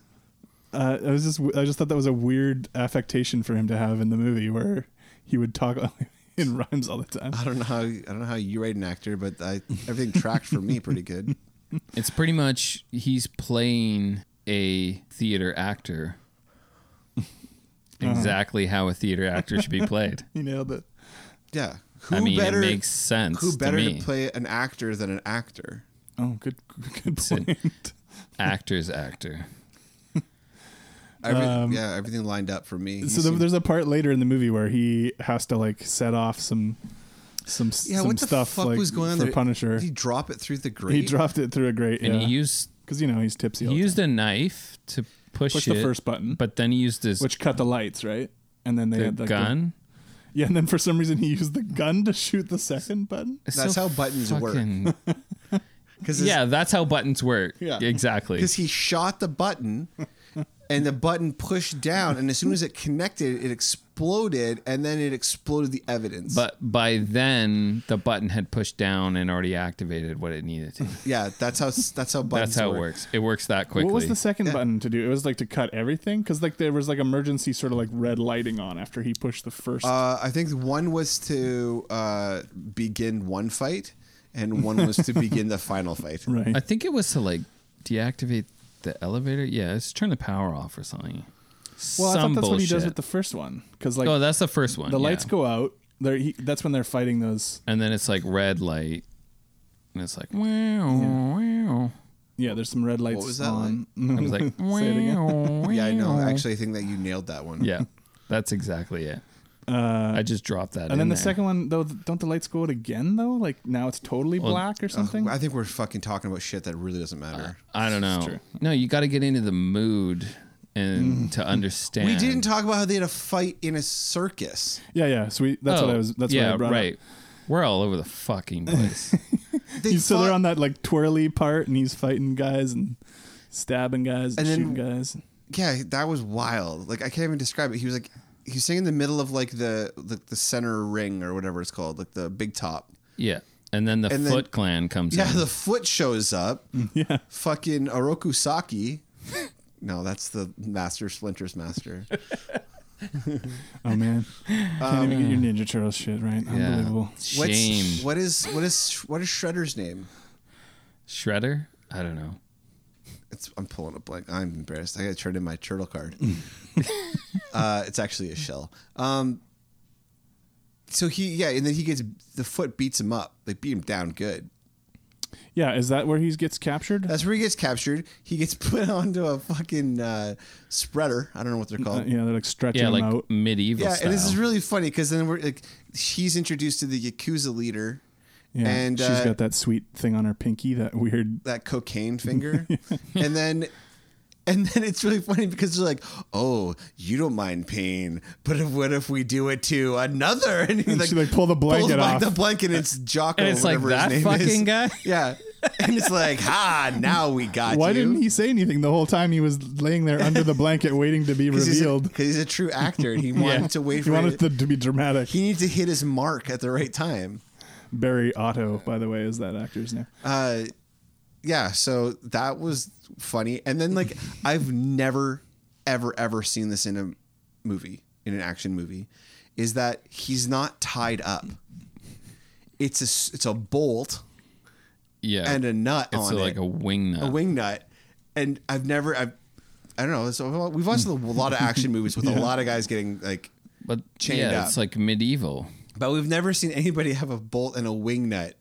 Speaker 3: Uh, I was just I just thought that was a weird affectation for him to have in the movie where he would talk in rhymes all the time.
Speaker 1: I don't know how I don't know how you rate an actor, but I everything tracked for me pretty good.
Speaker 2: It's pretty much he's playing a theater actor.
Speaker 1: Uh-huh.
Speaker 2: Exactly how a theater actor should be played.
Speaker 3: You nailed it.
Speaker 1: Yeah.
Speaker 2: I mean, it makes sense
Speaker 1: Who
Speaker 2: to
Speaker 1: better to,
Speaker 2: me.
Speaker 1: play an actor than an actor?
Speaker 3: Oh, good good
Speaker 2: It's an
Speaker 3: point.
Speaker 2: actor's actor.
Speaker 1: Every, yeah, everything lined up for me. He
Speaker 3: Um, So there-
Speaker 1: seemed-
Speaker 3: there's a part later in the movie where he has to like set off some some
Speaker 1: yeah,
Speaker 3: some
Speaker 1: what the
Speaker 3: stuff
Speaker 1: fuck
Speaker 3: like
Speaker 1: was going on
Speaker 3: for
Speaker 1: there?
Speaker 3: Punisher.
Speaker 1: Did he
Speaker 3: He,
Speaker 1: drop it through the grate?
Speaker 3: dropped it through a grate,
Speaker 2: And he
Speaker 3: yeah.
Speaker 2: used
Speaker 3: because you know he's tipsy. all
Speaker 2: he
Speaker 3: the
Speaker 2: used a knife to push,
Speaker 3: Push
Speaker 2: it,
Speaker 3: the first button.
Speaker 2: but then he used his
Speaker 3: which cut the lights, right? And then they
Speaker 2: the
Speaker 3: had like the-
Speaker 2: gun.
Speaker 3: Yeah, and then for some reason he used the gun to shoot the second button.
Speaker 1: That's how buttons work. Because
Speaker 2: yeah, that's how buttons work.
Speaker 1: Yeah.
Speaker 2: exactly.
Speaker 1: Because he shot the button, and the button pushed down, and as soon as it connected, it exploded, and then it exploded the evidence.
Speaker 2: But by then, the button had pushed down and already activated what it needed to.
Speaker 1: yeah, that's how that's how buttons
Speaker 2: That's how
Speaker 1: work.
Speaker 2: it works. It works that quickly.
Speaker 3: What was the second button to do? It was like to cut everything because like there was like emergency sort of like red lighting on after he pushed the first.
Speaker 1: Uh, I think one was to uh, begin one fight, and one was to begin the final fight.
Speaker 2: I think it was to like deactivate the elevator. Yeah, it's turn the power off or something.
Speaker 3: well, I
Speaker 2: Some
Speaker 3: thought that's what he does
Speaker 2: bullshit.
Speaker 3: with the first one because like
Speaker 2: oh, that's the first one.
Speaker 3: the
Speaker 2: yeah.
Speaker 3: lights go out. There, he, that's when they're fighting those.
Speaker 2: and then it's like red light, and it's like
Speaker 3: Yeah.
Speaker 2: wow, wow.
Speaker 3: Yeah, there's some red lights
Speaker 1: What was that
Speaker 3: on.
Speaker 2: like? I was like,
Speaker 3: Say it again.
Speaker 1: yeah, I know. Actually, I think that you nailed that one.
Speaker 2: Yeah, that's exactly it.
Speaker 3: Uh,
Speaker 2: I just dropped that.
Speaker 3: and then
Speaker 2: in
Speaker 3: the
Speaker 2: there.
Speaker 3: second one though, don't the lights go out again though? Like now it's totally
Speaker 2: Well,
Speaker 3: black or
Speaker 1: Ugh,
Speaker 3: something.
Speaker 1: uh, I think we're fucking talking about shit that really doesn't matter.
Speaker 3: Uh,
Speaker 2: I don't know. No, you got to get into the mood and to understand.
Speaker 1: Mm. we didn't talk about how they had a fight in a circus.
Speaker 3: yeah, yeah. So we, that's what
Speaker 2: Oh,
Speaker 3: I was. That's
Speaker 2: yeah,
Speaker 3: what I brought
Speaker 2: right. We're all over the fucking place.
Speaker 3: up. so they're on that like twirly part, and he's fighting guys and stabbing guys
Speaker 1: And
Speaker 3: and,
Speaker 1: then-
Speaker 3: shooting guys.
Speaker 1: Yeah, that was wild. Like I can't even describe it. He was like he was sitting in the middle of like the the, the center ring or whatever it's called, like the big top.
Speaker 2: yeah, and then the
Speaker 1: And then-
Speaker 2: Foot Clan comes.
Speaker 1: Yeah,
Speaker 2: in.
Speaker 1: the foot shows up.
Speaker 3: Yeah.
Speaker 1: Fucking Oroku Saki. No, that's the master Splinter's master.
Speaker 3: Oh man, can't
Speaker 1: Um,
Speaker 3: even get your Ninja Turtles shit right. Unbelievable.
Speaker 1: What's, what is what is what is Shredder's name?
Speaker 2: Shredder. I don't know.
Speaker 1: It's I'm pulling a blank. I'm embarrassed. I got to turn in my turtle card. uh, it's actually a shell. Um, so he yeah, and then he gets the foot beats him up. They beat him down good.
Speaker 3: Yeah, is that where he gets captured?
Speaker 1: That's where he gets captured. He gets put onto a fucking uh, spreader. I don't know what they're
Speaker 3: Uh,
Speaker 1: called.
Speaker 3: yeah, they're like stretching
Speaker 2: Yeah,
Speaker 3: him
Speaker 2: like
Speaker 3: out.
Speaker 2: medieval.
Speaker 1: Yeah,
Speaker 2: style.
Speaker 1: and this is really funny because then we're like, she's introduced to the yakuza leader,
Speaker 3: Yeah,
Speaker 1: and
Speaker 3: she's
Speaker 1: uh,
Speaker 3: got that sweet thing on her pinky, that weird.
Speaker 1: that cocaine finger, and then. And then it's really funny because they're like, "Oh, you don't mind pain, but if, what if we do it to another?" And he's
Speaker 3: And she, like, pull the blanket
Speaker 1: back
Speaker 3: off.
Speaker 1: the blanket, and it's Jocko,
Speaker 2: And it's like,
Speaker 1: whatever
Speaker 2: "That
Speaker 1: his name is.
Speaker 2: fucking guy?
Speaker 1: Yeah, and it's like, "Ha! Now we got
Speaker 3: Why
Speaker 1: you."
Speaker 3: didn't he say anything the whole time he was laying there under the blanket waiting to be
Speaker 1: Because he's, a-
Speaker 3: revealed?
Speaker 1: 'cause he's a true actor, and he wanted to wait
Speaker 3: He
Speaker 1: for
Speaker 3: wanted
Speaker 1: it.
Speaker 3: it to, to be dramatic.
Speaker 1: he needs to hit his mark at the right time.
Speaker 3: Barry Otto, by the way, is that actor's name.
Speaker 1: uh yeah so that was funny and then like i've never ever ever seen this in a movie in an action movie is that he's not tied up it's a s- it's a bolt
Speaker 2: yeah,
Speaker 1: and a nut
Speaker 2: It's
Speaker 1: on
Speaker 2: like
Speaker 1: it
Speaker 2: a wing nut.
Speaker 1: a wing nut and i've never i've I don't know. So we've watched a lot of action movies with a lot of guys getting like,
Speaker 2: but
Speaker 1: chained
Speaker 2: yeah,
Speaker 1: up.
Speaker 2: it's like medieval.
Speaker 1: but we've never seen anybody have a bolt and a wing nut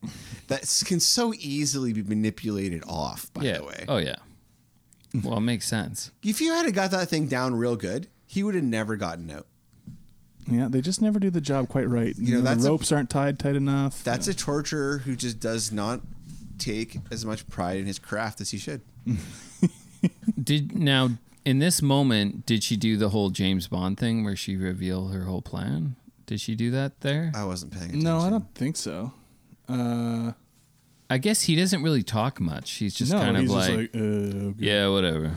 Speaker 1: that s- can so easily be manipulated off. By
Speaker 2: yeah.
Speaker 1: the way,
Speaker 2: Oh yeah. Well, it makes sense.
Speaker 1: If you had got that thing down real good, he would have never gotten out.
Speaker 3: Yeah, they just never do the job quite right. You
Speaker 1: know,
Speaker 3: know,
Speaker 1: that's
Speaker 3: the
Speaker 1: a-
Speaker 3: ropes aren't tied tight enough.
Speaker 1: That's a torturer who just does not take as much pride in his craft as he should.
Speaker 2: Did now in this moment did she do the whole James Bond thing where she reveal her whole plan? Did she do that there?
Speaker 1: I wasn't paying attention.
Speaker 3: no, I don't think so. Uh,
Speaker 2: I guess he doesn't really talk much. He's just
Speaker 3: no,
Speaker 2: kind of
Speaker 3: he's
Speaker 2: like,
Speaker 3: just like, uh, okay.
Speaker 2: yeah, whatever.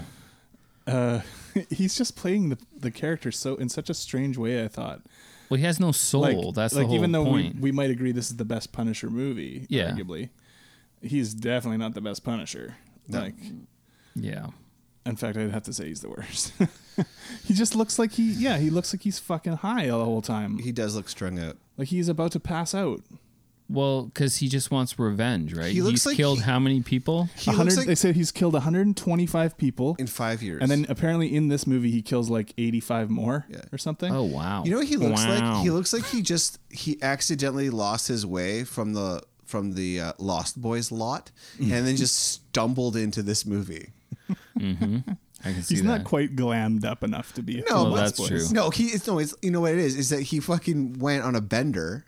Speaker 3: Uh, he's just playing the, the character so in such a strange way. I thought,
Speaker 2: Well, he has no soul. That's the whole
Speaker 3: even though
Speaker 2: point.
Speaker 3: We, we might agree this is the best Punisher movie,
Speaker 2: Yeah.
Speaker 3: arguably, he's definitely not the best Punisher. Like,
Speaker 2: yeah.
Speaker 3: in fact, I'd have to say he's the worst. he just looks like he, yeah, he looks like he's fucking high the whole time.
Speaker 1: He does look strung out.
Speaker 3: Like he's about to pass out.
Speaker 2: Well, because he just wants revenge, right?
Speaker 1: He looks
Speaker 2: He's
Speaker 1: like
Speaker 2: killed
Speaker 1: he-
Speaker 2: how many people?
Speaker 1: He looks
Speaker 3: 100
Speaker 1: like
Speaker 3: they said he's killed 125 people,
Speaker 1: in five years.
Speaker 3: and then apparently in this movie he kills like 85 more
Speaker 1: Yeah.
Speaker 3: or something.
Speaker 2: Oh wow!
Speaker 1: you know what he looks
Speaker 2: Wow.
Speaker 1: like? He looks like he just he accidentally lost his way from the from the uh, Lost Boys lot,
Speaker 3: Mm.
Speaker 1: and then just stumbled into this movie.
Speaker 2: I can see
Speaker 3: He's
Speaker 2: that.
Speaker 3: not quite glammed up enough to be.
Speaker 1: No,
Speaker 2: Well,
Speaker 1: but-
Speaker 2: that's true.
Speaker 1: No, he it's no, it's you know what it is is that he fucking went on a bender,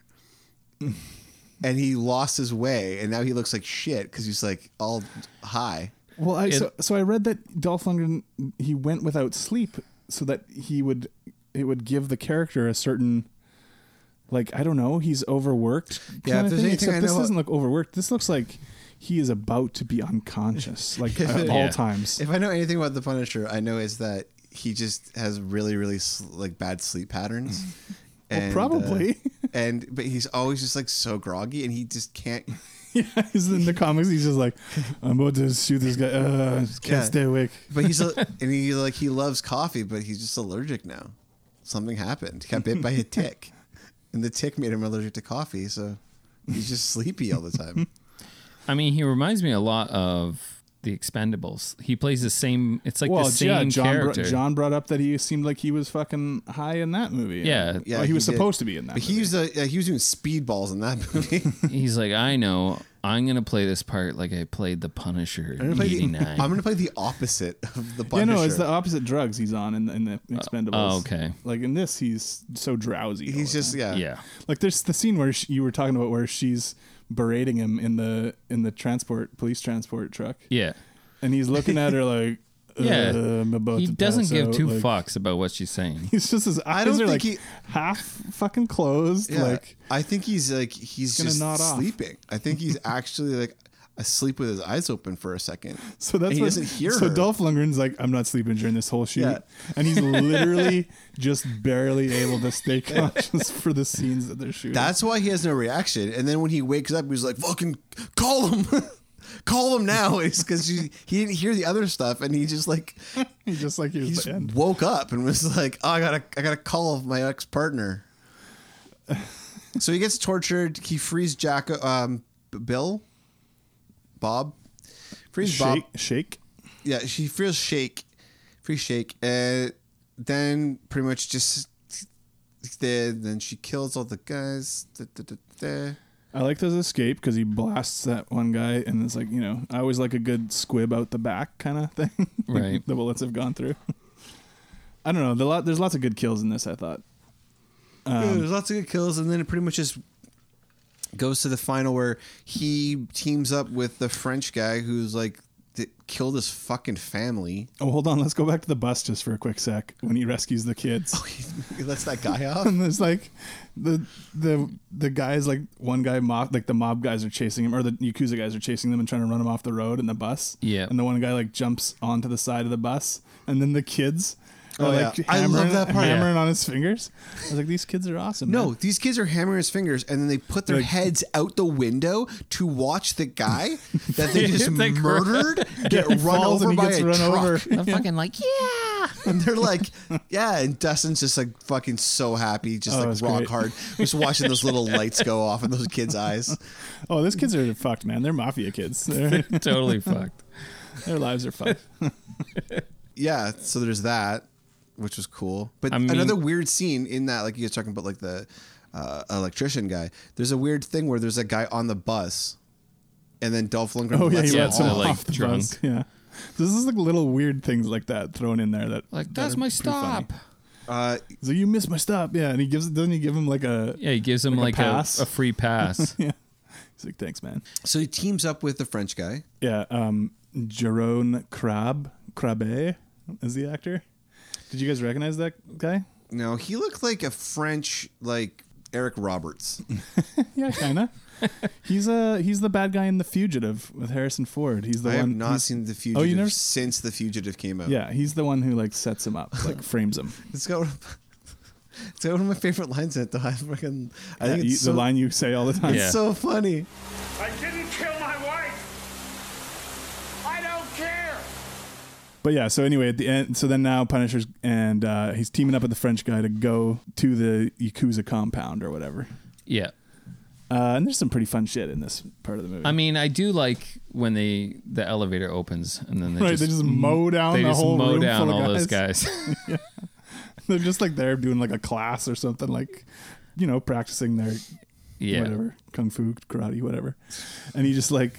Speaker 1: and he lost his way, and now he looks like shit because he's like all high.
Speaker 3: Well, I, so,
Speaker 2: It-
Speaker 3: so I read that Dolph Lundgren he went without sleep so that he would it would give the character a certain like I don't know, he's overworked.
Speaker 1: Yeah,
Speaker 3: kinda
Speaker 1: if there's
Speaker 3: thing,
Speaker 1: anything
Speaker 3: except
Speaker 1: I
Speaker 3: this
Speaker 1: know-
Speaker 3: doesn't look overworked. This looks like he is about to be unconscious, like
Speaker 1: If
Speaker 3: at
Speaker 1: it-
Speaker 3: all times.
Speaker 1: If I know anything about the Punisher, I know is that he just has really, really sl- like bad sleep patterns.
Speaker 3: Well, probably.
Speaker 1: uh, and but he's always just like so groggy, and he just can't.
Speaker 3: He's in the comics. He's just like, I'm about to shoot this guy. Uh, just can't
Speaker 1: Yeah.
Speaker 3: stay awake.
Speaker 1: But he's a, and he like he loves coffee, but he's just allergic now. Something happened. He got bit by a tick, and the tick made him allergic to coffee, so he's just sleepy all the time.
Speaker 2: I mean, he reminds me a lot of the Expendables. He plays the same. It's like
Speaker 3: well,
Speaker 2: the same
Speaker 3: yeah, John, br-
Speaker 2: character.
Speaker 3: John brought up that he seemed like he was fucking high in that movie.
Speaker 2: Yeah.
Speaker 3: Well, he was
Speaker 1: did.
Speaker 3: supposed to be in that.
Speaker 1: But he was a, yeah, he was doing speedballs in that movie.
Speaker 2: He's like, I know. I'm gonna play this part like I played the Punisher.
Speaker 1: I'm gonna play the-
Speaker 2: '89.
Speaker 1: I'm gonna play the opposite of the
Speaker 3: Yeah,
Speaker 1: Punisher.
Speaker 3: no, it's the opposite drugs he's on in the, in the Expendables.
Speaker 2: oh, okay.
Speaker 3: Like in this, he's so drowsy. He's
Speaker 1: just yeah.
Speaker 2: Yeah.
Speaker 3: Like there's the scene where she, you were talking about where she's berating him in the in the transport police transport truck,
Speaker 2: Yeah.
Speaker 3: and he's looking at her like,
Speaker 2: Yeah.
Speaker 3: "Uh, I'm about
Speaker 2: he
Speaker 3: to
Speaker 2: doesn't
Speaker 3: pass
Speaker 2: give
Speaker 3: out,"
Speaker 2: two
Speaker 3: like,
Speaker 2: fucks about what she's saying.
Speaker 3: He's just his eyes
Speaker 1: don't
Speaker 3: are
Speaker 1: think
Speaker 3: like
Speaker 1: he-
Speaker 3: half fucking closed.
Speaker 1: Yeah,
Speaker 3: Like
Speaker 1: I think he's like he's
Speaker 3: gonna
Speaker 1: just
Speaker 3: nod off.
Speaker 1: sleeping. I think he's actually like asleep with his eyes open for a second.
Speaker 3: So that's
Speaker 1: And he
Speaker 3: what,
Speaker 1: doesn't hear
Speaker 3: So
Speaker 1: her.
Speaker 3: Dolph Lundgren's like, I'm not sleeping during this whole shoot,
Speaker 1: Yeah.
Speaker 3: and he's literally just barely able to stay conscious for the scenes that they're shooting.
Speaker 1: that's why he has no reaction. And then when he wakes up, he's like, "Fucking call him, call him now!" It's because he didn't hear the other stuff, and he just like
Speaker 3: he just like he
Speaker 1: he
Speaker 3: was
Speaker 1: just
Speaker 3: the end.
Speaker 1: woke up and was like, oh, "I gotta, I gotta call my ex partner." so he gets tortured. He frees Jack, um, B- Bill, Bob, frees Bob.
Speaker 3: Shake, shake.
Speaker 1: yeah, she feels shake, free shake, and then pretty much just then then she kills all the guys. Da, da, da, da.
Speaker 3: I like this escape because he blasts that one guy, and it's like you know, I always like a good squib out the back kind of thing. like
Speaker 2: Right.
Speaker 3: The bullets have gone through. I don't know. The lot, there's lots of good kills in this. I thought.
Speaker 1: Yeah,
Speaker 3: Um,
Speaker 1: there's lots of good kills, and then it pretty much just goes to the final where he teams up with the French guy who's like that killed his fucking family.
Speaker 3: Oh, hold on. Let's go back to the bus just for a quick sec when he rescues the kids.
Speaker 1: He lets that guy off.
Speaker 3: and there's like the the the guys like one guy mob like the mob guys are chasing him or the yakuza guys are chasing them and trying to run him off the road in the bus.
Speaker 2: Yeah.
Speaker 3: And the one guy like jumps onto the side of the bus and then the kids are
Speaker 1: Oh,
Speaker 3: like
Speaker 1: yeah. I love
Speaker 3: hammering,
Speaker 1: that part.
Speaker 3: hammering on his fingers. I was like, these kids are awesome.
Speaker 1: No,
Speaker 3: man.
Speaker 1: these kids are hammering his fingers, and then they put their
Speaker 3: Like-
Speaker 1: heads out the window to watch the guy that they just
Speaker 2: They cr-
Speaker 1: murdered get
Speaker 3: He
Speaker 1: run
Speaker 3: falls
Speaker 1: over
Speaker 3: and he
Speaker 1: by
Speaker 3: gets
Speaker 1: a
Speaker 3: run
Speaker 1: truck.
Speaker 3: over.
Speaker 2: I'm fucking like, yeah.
Speaker 1: And they're like, yeah. And Dustin's just like fucking so happy, just
Speaker 3: Oh,
Speaker 1: like
Speaker 3: it's
Speaker 1: rock
Speaker 3: great.
Speaker 1: hard, just watching those little lights go off in those kids' eyes.
Speaker 3: Oh, these kids are fucked, man. They're mafia kids. Their
Speaker 2: totally fucked.
Speaker 3: their lives are fucked.
Speaker 1: Yeah, so there's that, which was cool. But
Speaker 2: I mean-
Speaker 1: another weird scene in that, like you guys talking about, like the uh, electrician guy. There's a weird thing where there's a guy on the bus, and then Dolph Lundgren.
Speaker 3: Oh yeah,
Speaker 1: lets
Speaker 3: he
Speaker 1: him
Speaker 3: lets him
Speaker 1: off.
Speaker 2: they're, like,
Speaker 3: off the
Speaker 2: drunk.
Speaker 3: bus. Yeah. This is like little weird things like that thrown in there that
Speaker 2: Like
Speaker 3: that
Speaker 2: that's
Speaker 3: are
Speaker 2: my
Speaker 3: pretty funny.
Speaker 2: stop.
Speaker 1: Uh,
Speaker 3: So you missed my stop, yeah. And he gives doesn't he give him like a
Speaker 2: Yeah, he gives him
Speaker 3: Like
Speaker 2: like,
Speaker 3: a
Speaker 2: a,
Speaker 3: pass?
Speaker 2: a free pass.
Speaker 3: yeah. He's like, thanks, man.
Speaker 1: so he teams up with the French guy.
Speaker 3: Yeah, um, Jerome Crab Crabbe is the actor. Did you guys recognize that guy?
Speaker 1: No, he looked like a French, like Eric Roberts.
Speaker 3: Yeah, kinda. he's uh he's the bad guy in The Fugitive with Harrison Ford. He's the
Speaker 1: I
Speaker 3: one.
Speaker 1: have not
Speaker 3: he's-
Speaker 1: seen the
Speaker 3: Oh,
Speaker 1: Fugitive
Speaker 3: you never? s-
Speaker 1: since the Fugitive came out.
Speaker 3: Yeah, he's the one who like sets him up, like frames him.
Speaker 1: it's got. one of- It's got one of my favorite lines in it, though. I fucking, I
Speaker 3: Yeah,
Speaker 1: think
Speaker 3: you-
Speaker 1: it's so,
Speaker 3: the line you say all the time.
Speaker 1: it's
Speaker 2: Yeah.
Speaker 1: so funny.
Speaker 9: I didn't kill my wife. I don't care.
Speaker 3: But yeah, so anyway, at the end, so then now Punisher's and uh, he's teaming up with the French guy to go to the Yakuza compound or whatever.
Speaker 2: yeah.
Speaker 3: Uh, and there's some pretty fun shit in this part of the movie.
Speaker 2: I mean, I do like when they the elevator opens and then they
Speaker 3: Right,
Speaker 2: just,
Speaker 3: they just mow down
Speaker 2: they
Speaker 3: the
Speaker 2: just
Speaker 3: whole
Speaker 2: mow
Speaker 3: room
Speaker 2: down
Speaker 3: full of
Speaker 2: all those
Speaker 3: guys.
Speaker 2: guys.
Speaker 3: They're just like there doing like a class or something, like you know, practicing their
Speaker 2: yeah.
Speaker 3: whatever kung fu, karate, whatever. And he just like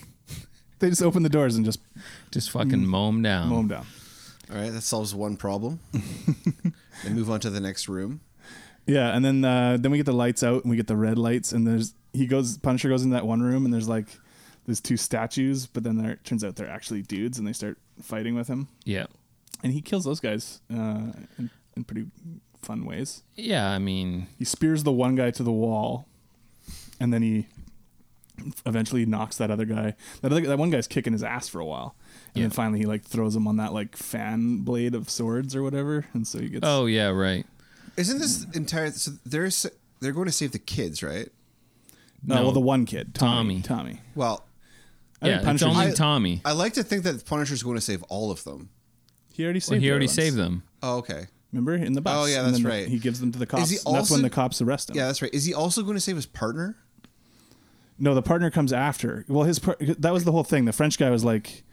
Speaker 3: they just open the doors and just
Speaker 2: Just fucking mow 'em down.
Speaker 3: Mm-hmm. mow him down.
Speaker 1: All right, that solves one problem. then move on to the next room.
Speaker 3: Yeah, and then uh, then we get the lights out and we get the red lights and there's he goes Punisher goes in that one room and there's like there's two statues, but then there turns out they're actually dudes and they start fighting with him
Speaker 2: Yeah.
Speaker 3: and he kills those guys uh, in, in pretty fun ways.
Speaker 2: Yeah, I mean,
Speaker 3: He spears the one guy to the wall, and then he eventually knocks that other guy. That other, that one guy's kicking his ass for a while, and then finally he like throws him on that like fan blade of swords or whatever, and so he gets.
Speaker 2: oh yeah, right.
Speaker 1: Isn't this entire? So they're s- they're going to save the kids, right?
Speaker 3: no, well the one kid, Tommy.
Speaker 2: Tommy.
Speaker 3: Tommy.
Speaker 1: Well,
Speaker 3: I think Yeah, it's Punisher's- only Tommy.
Speaker 1: I like to think that Punisher's going to save all of them.
Speaker 3: He already saved.
Speaker 2: Well, he
Speaker 3: the
Speaker 2: already
Speaker 3: other ones.
Speaker 2: saved them.
Speaker 1: Oh, okay.
Speaker 3: Remember in the bus?
Speaker 1: Oh, yeah,
Speaker 3: and
Speaker 1: that's
Speaker 3: then
Speaker 1: right.
Speaker 3: He gives them to the
Speaker 1: Is
Speaker 3: cops.
Speaker 1: he
Speaker 3: and that's when
Speaker 1: also-
Speaker 3: the cops arrest him.
Speaker 1: Yeah, that's right. Is he also going to save his partner?
Speaker 3: No, the partner comes after. Well, his par- that was the whole thing. The French guy was like,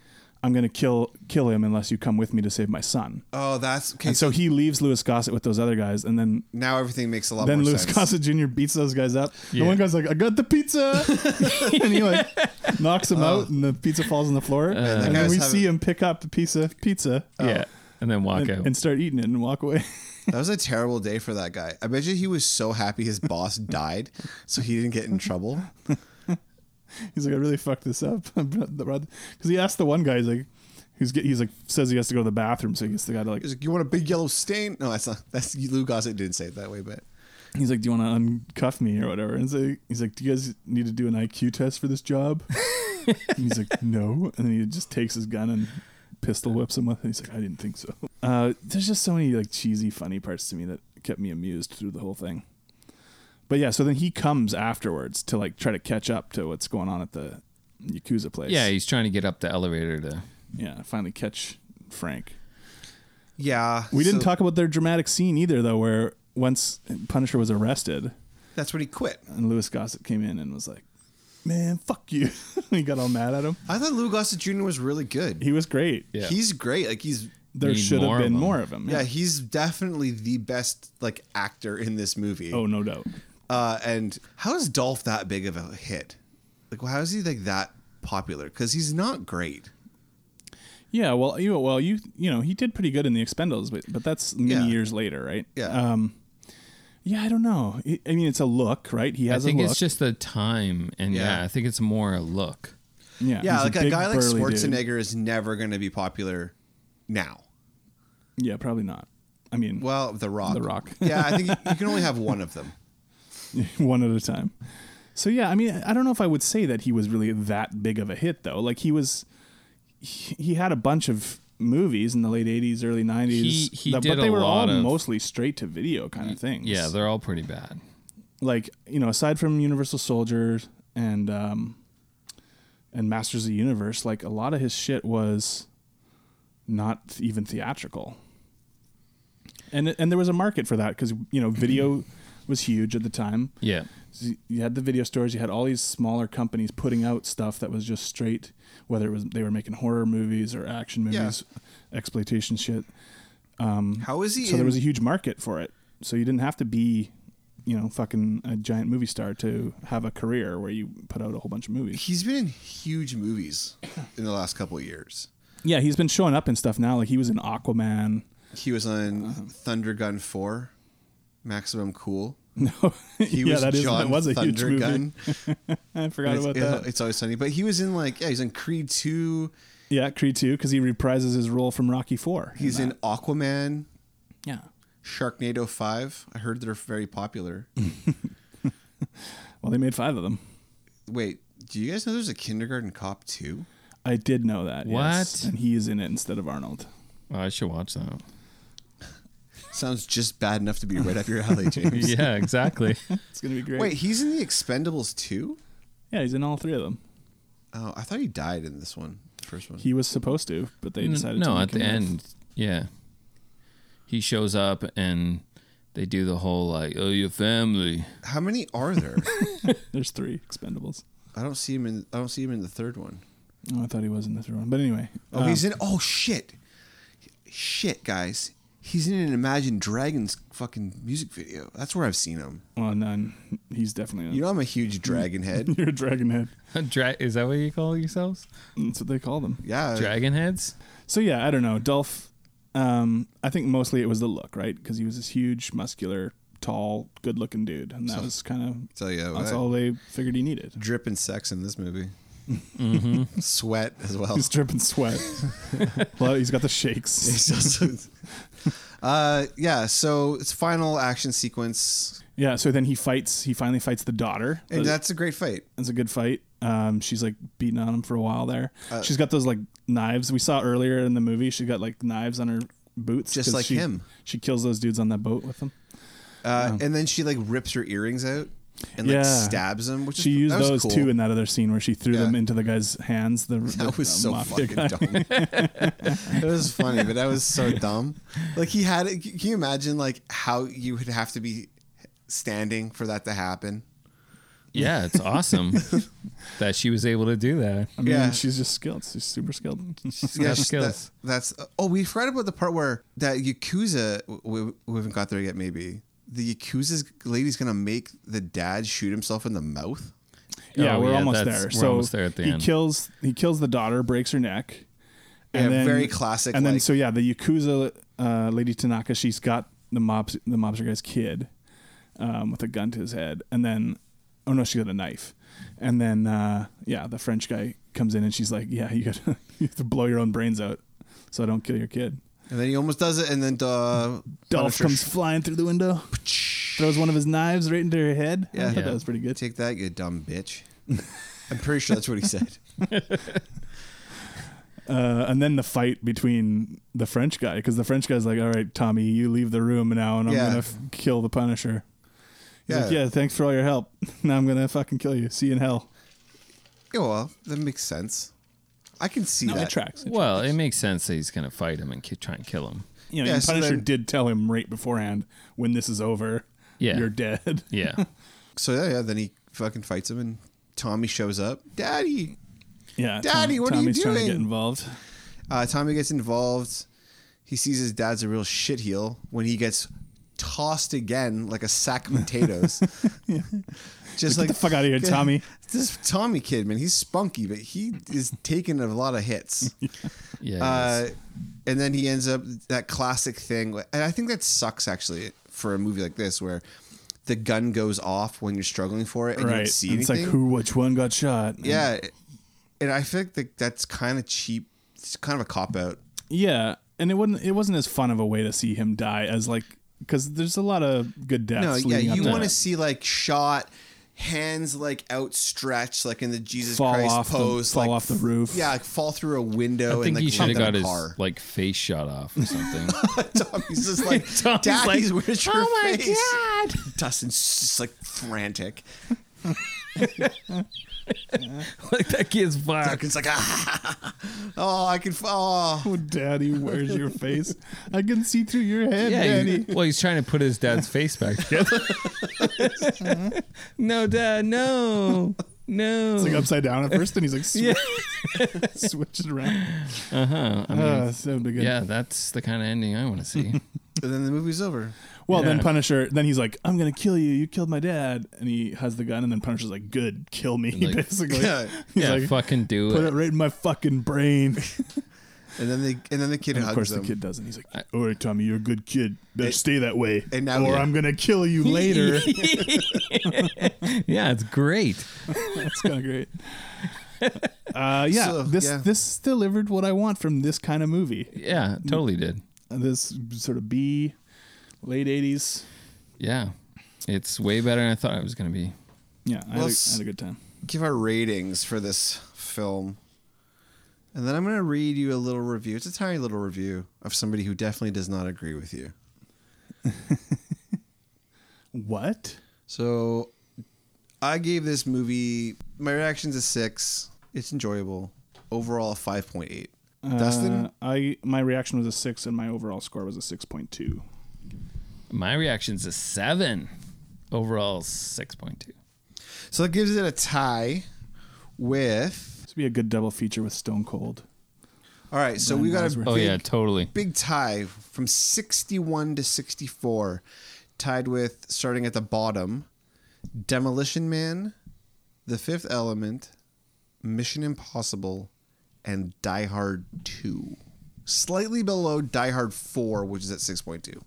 Speaker 3: "I'm gonna kill kill him unless you come with me to save my son."
Speaker 1: Oh, that's okay.
Speaker 3: and so he leaves Louis Gossett with those other guys, and then
Speaker 1: now everything makes a lot
Speaker 3: then
Speaker 1: more
Speaker 3: Louis
Speaker 1: sense.
Speaker 3: Gossett Jr. beats those guys up.
Speaker 1: Yeah.
Speaker 3: The one guy's like, "I got the pizza," and he like knocks him out, and the pizza falls on the floor.
Speaker 2: Oh. that
Speaker 3: and then
Speaker 2: guy's
Speaker 3: we
Speaker 2: having-
Speaker 3: see him pick up a piece of pizza,
Speaker 2: Yeah, Oh. and then walk
Speaker 3: and,
Speaker 2: out.
Speaker 3: and start eating it and walk away.
Speaker 1: That was a terrible day for that guy. I bet you he was so happy his boss died, so he didn't get in trouble.
Speaker 3: He's like, I really fucked this up. Because he asked the one guy, he's like, who's get, he's like, says he has to go to the bathroom. So he gets the guy to like,
Speaker 1: He's like, "You want a big yellow stain?" No, that's not. That's Lou Gossett didn't say it that way, but
Speaker 3: he's like, do you want to uncuff me or whatever? And so he's like, do you guys need to do an IQ test for this job? and he's like, no. And then he just takes his gun and pistol whips him with it. He's like, I didn't think so. Uh, there's just so many like cheesy, funny parts to me that kept me amused through the whole thing. But yeah, so then he comes afterwards to like try to catch up to what's going on at the Yakuza place.
Speaker 2: Yeah, he's trying to get up the elevator to.
Speaker 3: Yeah, finally catch Frank.
Speaker 1: yeah,
Speaker 3: We didn't
Speaker 1: so
Speaker 3: talk about their dramatic scene either, though, where once Punisher was arrested
Speaker 1: That's when he quit.
Speaker 3: and Lewis Gossett came in and was like, "Man, fuck you!" he got all mad at him.
Speaker 1: I thought Lou Gossett Jr. was really good.
Speaker 3: He was great.
Speaker 1: He's great. Like he's
Speaker 3: There Need should have more of been him. more of him,
Speaker 1: Yeah.
Speaker 3: yeah.
Speaker 1: he's definitely the best like actor in this movie.
Speaker 3: Oh, no doubt.
Speaker 1: Uh, and how is Dolph that big of a hit? Like, how is he like that popular? Because he's not great.
Speaker 3: yeah. Well, you well you you know he did pretty good in the Expendables, but but that's
Speaker 2: Yeah.
Speaker 3: many years later, right?
Speaker 1: Yeah.
Speaker 3: Um, yeah, I don't know. I I mean, it's a look, right? He
Speaker 2: I
Speaker 3: has
Speaker 2: think
Speaker 3: a look.
Speaker 2: it's just the time, and yeah.
Speaker 3: Yeah.
Speaker 2: I think it's more a look.
Speaker 3: yeah,
Speaker 1: Yeah,
Speaker 3: he's
Speaker 1: like a,
Speaker 3: big,
Speaker 1: guy like
Speaker 3: burly dude.
Speaker 1: Schwarzenegger is never going to be popular now.
Speaker 3: Yeah, probably not. I mean,
Speaker 1: well, The Rock.
Speaker 3: The Rock.
Speaker 1: yeah, I think you, you can only have one of them.
Speaker 3: one at a time. So yeah, I mean, I don't know if I would say that he was really that big of a hit though. Like he was, he, he had a bunch of movies in the late '80s, early '90s,
Speaker 2: He- he
Speaker 3: that-
Speaker 2: did
Speaker 3: but they
Speaker 2: a
Speaker 3: were
Speaker 2: lot
Speaker 3: all
Speaker 2: of-
Speaker 3: mostly straight to video kind of things.
Speaker 2: Yeah, they're all pretty bad.
Speaker 3: like you know, aside from Universal Soldier and um, and Masters of the Universe, like a lot of his shit was not th- even theatrical. And and there was a market for that because you know video was huge at the time.
Speaker 2: Yeah.
Speaker 3: So you had the video stores you had all these smaller companies putting out stuff that was just straight whether it was they were making horror movies or action
Speaker 1: Yeah.
Speaker 3: movies exploitation shit um,
Speaker 1: How is he
Speaker 3: so there
Speaker 1: in-
Speaker 3: was a huge market for it so you didn't have to be you know fucking a giant movie star to have a career where you put out a whole bunch of movies
Speaker 1: He's been in huge movies in the last couple of years.
Speaker 3: yeah he's been showing up in stuff now like he was in aquaman
Speaker 1: He was on
Speaker 3: Uh-huh.
Speaker 1: Thunder Gun 4, Maximum Cool. No. He
Speaker 3: Yeah,
Speaker 1: was
Speaker 3: that is-
Speaker 1: John
Speaker 3: that was a huge
Speaker 1: Thunder
Speaker 3: movie.
Speaker 1: Gun.
Speaker 3: I forgot
Speaker 1: it's,
Speaker 3: about
Speaker 1: it's-
Speaker 3: that.
Speaker 1: It's always sunny. But he was in like, yeah, he's in Creed 2.
Speaker 3: yeah creed 2 because he reprises his role from rocky 4
Speaker 1: He's in Aquaman.
Speaker 3: Yeah.
Speaker 1: Sharknado 5. I heard they're very popular.
Speaker 3: well they made five of them
Speaker 1: Wait, do you guys know there's a Kindergarten Cop 2?
Speaker 3: i did know that yes.
Speaker 1: What?
Speaker 3: and he is in it instead of arnold
Speaker 2: I should watch that.
Speaker 1: Sounds just bad enough to be right up your alley, James.
Speaker 2: yeah, exactly.
Speaker 3: it's gonna be great
Speaker 1: Wait, he's in The Expendables 2?
Speaker 3: yeah he's in all three of them
Speaker 1: Oh, I thought he died in this one, the first one.
Speaker 3: He was supposed to, but they
Speaker 2: N-
Speaker 3: decided
Speaker 2: no
Speaker 3: to
Speaker 2: at the end. Yeah, he shows up and they do the whole like, "Oh, your family."
Speaker 1: How many are there?
Speaker 3: There's three Expendables.
Speaker 1: I don't see him in. I don't see him in the third one.
Speaker 3: Oh, I thought he was in the third one, but anyway.
Speaker 1: Oh,
Speaker 3: um,
Speaker 1: he's in. Oh shit, shit, guys, he's in an Imagine Dragons fucking music video. That's where I've seen him.
Speaker 3: Well, none. He's definitely.
Speaker 1: You know, I'm a huge dragon head.
Speaker 3: You're a dragon head.
Speaker 2: Dra- is that what you call yourselves?
Speaker 3: That's what they call them.
Speaker 1: Yeah.
Speaker 2: Dragon heads.
Speaker 3: So yeah, I don't know. Dolph. Um, I think mostly it was the look, right? Because he was this huge, muscular, tall, good-looking dude, and that
Speaker 1: So-
Speaker 3: was kind of
Speaker 1: Tell you what.
Speaker 3: that's all they figured he needed.
Speaker 1: Dripping sex in this movie.
Speaker 2: Mhm.
Speaker 1: sweat as well.
Speaker 3: Mm-hmm. He's dripping sweat. well, he's got the shakes.
Speaker 1: He's also- uh, yeah. So it's final action sequence.
Speaker 3: Yeah, so then he fights. He finally fights the daughter,
Speaker 1: And that's a great fight.
Speaker 3: It's a good fight. Um, she's like beating on him for a while there.
Speaker 1: Uh,
Speaker 3: she's got those like knives we saw earlier in the movie. She got like knives on her boots,
Speaker 1: Just
Speaker 3: 'cause
Speaker 1: like
Speaker 3: she-
Speaker 1: him.
Speaker 3: She kills those dudes on that boat with them.
Speaker 1: Uh, And then she like rips her earrings out and like stabs him. Which
Speaker 3: she
Speaker 1: is,
Speaker 3: used
Speaker 1: that was
Speaker 3: those
Speaker 1: cool.
Speaker 3: too in that other scene where she threw
Speaker 1: Yeah.
Speaker 3: them into the guy's hands. The, the,
Speaker 1: That was
Speaker 3: the
Speaker 1: so
Speaker 3: mafia
Speaker 1: fucking
Speaker 3: guy.
Speaker 1: dumb. it was funny, but that was so dumb. Like he had. it- Can you imagine like how you would have to be standing for that to happen?
Speaker 2: Yeah, it's awesome that she was able to do that.
Speaker 1: I mean, Yeah.
Speaker 3: she's just skilled. She's super skilled.
Speaker 2: She's
Speaker 1: Yeah,
Speaker 2: got
Speaker 1: sh-
Speaker 2: skills.
Speaker 1: that- that's oh, we forgot about the part where that yakuza we, we haven't got there yet. Maybe the yakuza's lady's gonna make the dad shoot himself in the mouth.
Speaker 3: Yeah,
Speaker 2: Oh,
Speaker 3: we're
Speaker 2: yeah,
Speaker 3: almost
Speaker 2: that's-
Speaker 3: there.
Speaker 2: we're
Speaker 3: so
Speaker 2: almost there at the
Speaker 3: he
Speaker 2: end.
Speaker 3: kills he kills the daughter, breaks her neck.
Speaker 1: Yeah, very classic,
Speaker 3: And then
Speaker 1: like-
Speaker 3: so yeah, the yakuza uh, lady Tanaka, she's got the mobs the mobster guy's kid um, with a gun to his head, and then oh no, she got a knife, and then uh, yeah, the French guy comes in and she's like, yeah, you got to you have to blow your own brains out, so don't kill your kid.
Speaker 1: And then he almost does it, and then uh,
Speaker 3: Dolph
Speaker 1: Punisher-
Speaker 3: comes flying through the window, throws one of his knives right into her head. I
Speaker 1: Yeah,
Speaker 3: thought that was
Speaker 1: pretty good. Take that, you dumb bitch. I'm pretty sure that's what he said.
Speaker 3: uh, and then the fight between the French guy because the French guy's like, "All right, Tommy, you leave the room now, and I'm
Speaker 1: Yeah.
Speaker 3: gonna f- kill the Punisher." He's like,
Speaker 1: Yeah.
Speaker 3: "Yeah, thanks for all your help. now I'm gonna fucking kill you. See you in hell."
Speaker 1: Yeah, well, that makes sense. I can see
Speaker 3: No, it
Speaker 1: that.
Speaker 3: tracks. It
Speaker 2: Well, it makes sense that he's gonna fight him and ki- try and kill him.
Speaker 3: You know,
Speaker 1: Yeah,
Speaker 3: and
Speaker 1: so
Speaker 3: Punisher
Speaker 1: then-
Speaker 3: did tell him right beforehand when this is over.
Speaker 2: Yeah.
Speaker 3: you're dead.
Speaker 2: Yeah.
Speaker 1: So yeah, yeah, then he fucking fights him, and Tommy shows up. Daddy,
Speaker 3: yeah.
Speaker 1: Daddy,
Speaker 3: Tom-
Speaker 1: what
Speaker 3: Tommy's
Speaker 1: are you doing?
Speaker 3: trying to get involved.
Speaker 1: Uh, Tommy gets involved. He sees his dad's a real shitheel when he gets tossed again like a sack of potatoes. Just
Speaker 3: Like,
Speaker 1: like,
Speaker 3: "Get the fuck outta here, Tommy."
Speaker 1: This Tommy kid, man, he's spunky, but he is taking a lot of hits.
Speaker 2: Yeah.
Speaker 1: Uh, and then he ends up that classic thing, and I think that sucks actually for a movie like this where the gun goes off when you're struggling for it and you
Speaker 3: right.
Speaker 1: don't see
Speaker 3: And it's like
Speaker 1: anything.
Speaker 3: who, which one got shot?
Speaker 1: yeah, and I think that that's kind of cheap. It's kind of a cop out.
Speaker 3: Yeah, and it wasn't it wasn't as fun of a way to see him die as like because there's a lot of good deaths.
Speaker 1: No, yeah,
Speaker 3: leading up
Speaker 1: you
Speaker 3: to
Speaker 1: want to
Speaker 3: that.
Speaker 1: see like shot, hands like outstretched, like in the Jesus
Speaker 3: Fall
Speaker 1: Christ
Speaker 3: off the-
Speaker 1: pose,
Speaker 3: fall
Speaker 1: like,
Speaker 3: off the roof.
Speaker 1: Yeah, like, fall through a window
Speaker 2: I think
Speaker 1: and
Speaker 2: he
Speaker 1: like
Speaker 2: should
Speaker 1: land
Speaker 2: have
Speaker 1: in
Speaker 2: got
Speaker 1: a
Speaker 2: his
Speaker 1: car.
Speaker 2: like face shot off or something.
Speaker 1: Tommy's just like,
Speaker 2: Tommy's
Speaker 1: Daddy's
Speaker 2: like,
Speaker 1: where's your
Speaker 2: "Oh my
Speaker 1: face?" god! Dustin's just like frantic.
Speaker 2: like that kid's black.
Speaker 1: It's like ah, oh, I can. f- Oh,
Speaker 3: Oh, Daddy, where's your face? I can see through your head,
Speaker 2: Yeah,
Speaker 3: Daddy.
Speaker 2: he- well, he's trying to put his dad's face back together.
Speaker 1: Mm-hmm.
Speaker 2: no, dad, no, no.
Speaker 3: It's like upside down at first, and he's like, sw-
Speaker 2: Yeah.
Speaker 3: switch it around.
Speaker 2: Uh-huh. I mean,
Speaker 3: Ah, so good.
Speaker 2: yeah, that's the kind of ending I want to see.
Speaker 1: and then the movie's over.
Speaker 3: Well, then
Speaker 2: Yeah.
Speaker 3: Punisher, then he's like, I'm going to kill you. You killed my dad. And he has the gun, and then Punisher's like, good, kill me,
Speaker 2: Like,
Speaker 3: basically.
Speaker 1: yeah.
Speaker 3: He's
Speaker 2: yeah,
Speaker 3: like,
Speaker 2: fucking do
Speaker 3: put
Speaker 2: it.
Speaker 3: it right in my fucking brain.
Speaker 1: And then they and then the kid
Speaker 3: And
Speaker 1: hugs
Speaker 3: of course,
Speaker 1: him.
Speaker 3: the kid doesn't. He's like, all right, Tommy, you're a good kid. Better stay that way.
Speaker 1: and now-
Speaker 3: or
Speaker 1: Yeah.
Speaker 3: I'm going to kill you later.
Speaker 2: Yeah, it's great.
Speaker 3: That's kind of great. Uh, yeah,
Speaker 1: So,
Speaker 3: this
Speaker 1: yeah.
Speaker 3: this delivered what I want from this kind of movie.
Speaker 2: Yeah, totally did.
Speaker 3: This sort of B, late '80s.
Speaker 2: Yeah, it's way better than I thought it was gonna be.
Speaker 3: Yeah, I, had a,
Speaker 1: Well,
Speaker 3: I
Speaker 1: s-
Speaker 3: had a good time.
Speaker 1: give our ratings for this film. And then I'm going to read you a little review. It's a tiny little review of somebody who definitely does not agree with you.
Speaker 3: What?
Speaker 1: So I gave this movie my reaction's a six. It's enjoyable. Overall, a 5.8. Dustin?
Speaker 3: Uh, I my reaction was a six, and my overall score was a six point two.
Speaker 2: My reaction's a seven. Overall, six point two.
Speaker 1: So that gives it a tie with.
Speaker 3: This would be a good double feature with Stone Cold.
Speaker 1: All right, so we got a
Speaker 3: Brandon
Speaker 1: big,
Speaker 2: Oh yeah, totally.
Speaker 1: big tie from 61 to 64, tied with starting at the bottom Demolition Man, The Fifth Element, Mission Impossible, and Die Hard 2. Slightly below Die Hard 4, which is at 6.2.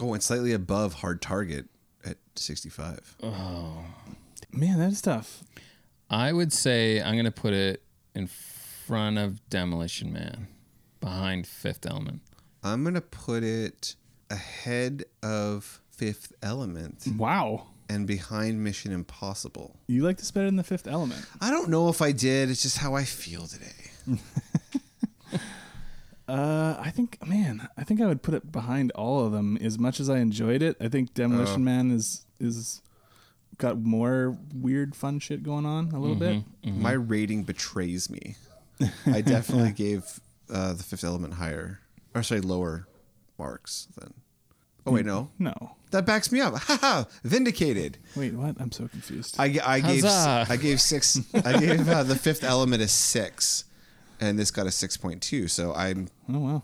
Speaker 1: Oh, and slightly above Hard Target at 65.
Speaker 3: Man, that is tough.
Speaker 2: I would say I'm gonna put it in front of Demolition Man, behind Fifth Element.
Speaker 1: I'm gonna put it ahead of Fifth Element.
Speaker 3: Hmm. Wow.
Speaker 1: And behind Mission Impossible.
Speaker 3: You like this better than the Fifth Element.
Speaker 1: I don't know if I did. It's just how I feel today.
Speaker 3: Uh, I think, man, I think I would put it behind all of them. As much as I enjoyed it, I think Demolition
Speaker 1: Oh.
Speaker 2: Uh.
Speaker 3: Man is is got more weird, fun shit going on a little
Speaker 2: Mm-hmm.
Speaker 3: bit.
Speaker 1: My rating betrays me. I definitely gave uh, the Fifth Element higher, or sorry, lower marks than. Oh wait, no,
Speaker 3: no,
Speaker 1: that backs me up. Ha ha! Vindicated.
Speaker 3: Wait, what? I'm so confused.
Speaker 1: I, g- I gave
Speaker 3: Huzzah.
Speaker 1: I gave six. I gave uh, the Fifth Element a six, and this got a six point two. So I'm.
Speaker 3: Oh wow.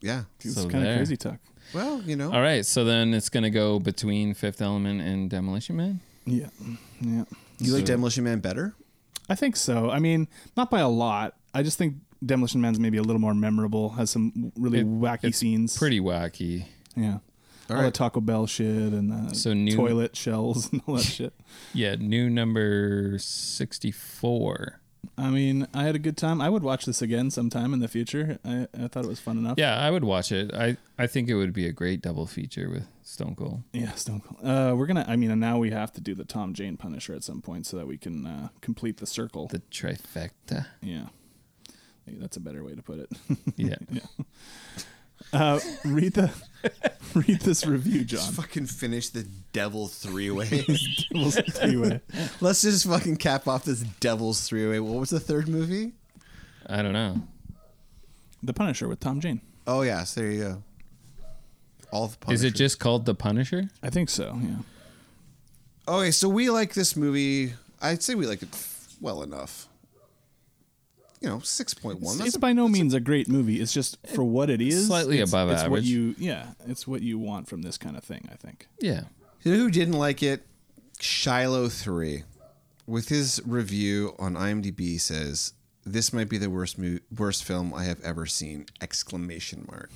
Speaker 1: Yeah,
Speaker 3: It's kind of crazy talk.
Speaker 1: Well, you know.
Speaker 2: All right, so then it's gonna go between Fifth Element and Demolition Man.
Speaker 3: Yeah, yeah.
Speaker 1: You like
Speaker 3: So-
Speaker 1: Demolition Man better?
Speaker 3: I think so. I mean, not by a lot. I just think Demolition Man's maybe a little more memorable. Has some really wacky scenes.
Speaker 2: Pretty wacky.
Speaker 3: Yeah. All, the
Speaker 2: right.
Speaker 3: Taco Bell shit and the
Speaker 2: So new-
Speaker 3: toilet shells and all that shit.
Speaker 2: Yeah, new number sixty-four.
Speaker 3: I mean, I had a good time. I would watch this again sometime in the future. I, I thought it was fun enough.
Speaker 2: Yeah, I would watch it. I I think it would be a great double feature with Stone Cold.
Speaker 3: Yeah, Stone Cold. Uh, we're gonna. I mean, and now we have to do the Tom Jane Punisher at some point so that we can uh, complete the circle.
Speaker 2: The trifecta.
Speaker 3: Yeah, Maybe that's a better way to put it.
Speaker 2: Yeah.
Speaker 3: Uh, read the read this review, John.
Speaker 1: Just fucking finish the Devil Three Way.
Speaker 3: Devil's Three-Way.
Speaker 1: Let's just fucking cap off this Devil's Three Way. What was the third movie?
Speaker 2: I don't know.
Speaker 3: The Punisher with Tom Jane.
Speaker 1: Oh yes, there you go. All the
Speaker 2: Is
Speaker 1: Punisher.
Speaker 2: it just called The Punisher?
Speaker 3: I think so. Yeah.
Speaker 1: Okay, so we like this movie. I'd say we like it well enough. You know, six point
Speaker 3: It's,
Speaker 1: one.
Speaker 3: it's by no means a great movie. It's just for what it is.
Speaker 2: Slightly
Speaker 3: it's-
Speaker 2: above
Speaker 3: it's What
Speaker 2: average.
Speaker 3: you, yeah, it's what you want from this kind of thing. I think.
Speaker 2: Yeah.
Speaker 1: You know who didn't like it? Shiloh 3, with his review on IMDb says, "This might be the worst mo- worst film I have ever seen!" Exclamation mark.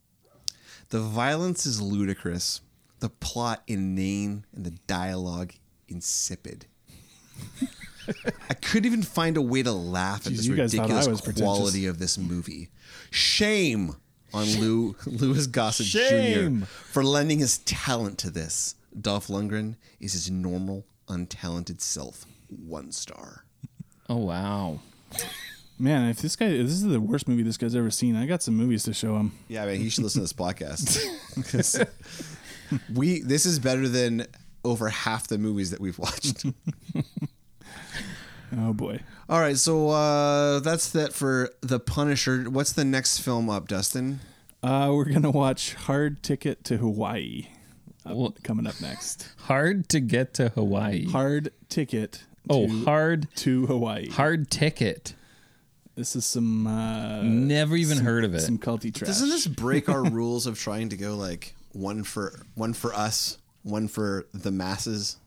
Speaker 1: the violence is ludicrous, the plot inane, and the dialogue insipid. I couldn't even find a way to laugh at
Speaker 3: Jeez,
Speaker 1: this
Speaker 3: you guys thought I
Speaker 1: ridiculous
Speaker 3: was pretentious.
Speaker 1: quality of this movie. Shame on Lou Louis Gossett
Speaker 3: Shame.
Speaker 1: Jr. for lending his talent to this. Dolph Lundgren is his normal, untalented self. One star.
Speaker 2: Oh wow.
Speaker 3: Man, if this guy, if this is the worst movie this guy's ever seen. I got some movies to show him.
Speaker 1: Yeah, man, he should listen to this podcast. 'Cause we this is better than over half the movies that we've watched.
Speaker 3: Oh boy.
Speaker 1: All right, so uh, that's that for the Punisher. What's the next film up, Dustin?
Speaker 3: Uh, we're gonna watch Hard Ticket to Hawaii. up- coming up next.
Speaker 2: Hard to get to Hawaii.
Speaker 3: Hard Ticket.
Speaker 2: Oh,
Speaker 3: to-
Speaker 2: hard
Speaker 3: to Hawaii.
Speaker 2: Hard ticket.
Speaker 3: This is some. Uh,
Speaker 2: Never even
Speaker 3: some-
Speaker 2: heard of it.
Speaker 3: Some culty trash.
Speaker 1: Doesn't this break our rules of trying to go like one for one for us, one for the masses?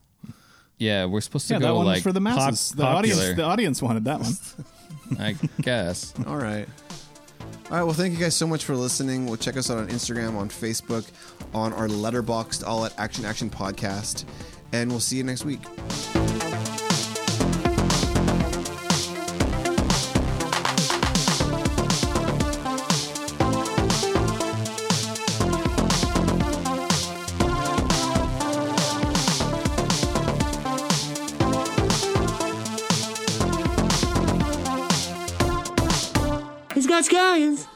Speaker 2: Yeah, we're supposed to
Speaker 3: yeah,
Speaker 2: go
Speaker 3: that one was
Speaker 2: like
Speaker 3: for the
Speaker 2: pop-
Speaker 3: masses. the audience. The
Speaker 2: popular,
Speaker 3: audience wanted that one.
Speaker 2: I guess.
Speaker 1: All right. All right. Well, thank you guys so much for listening. Well, check us out on Instagram, on Facebook, on our letterboxed all at Action Action Podcast, and we'll see you next week.
Speaker 15: He's got scallions.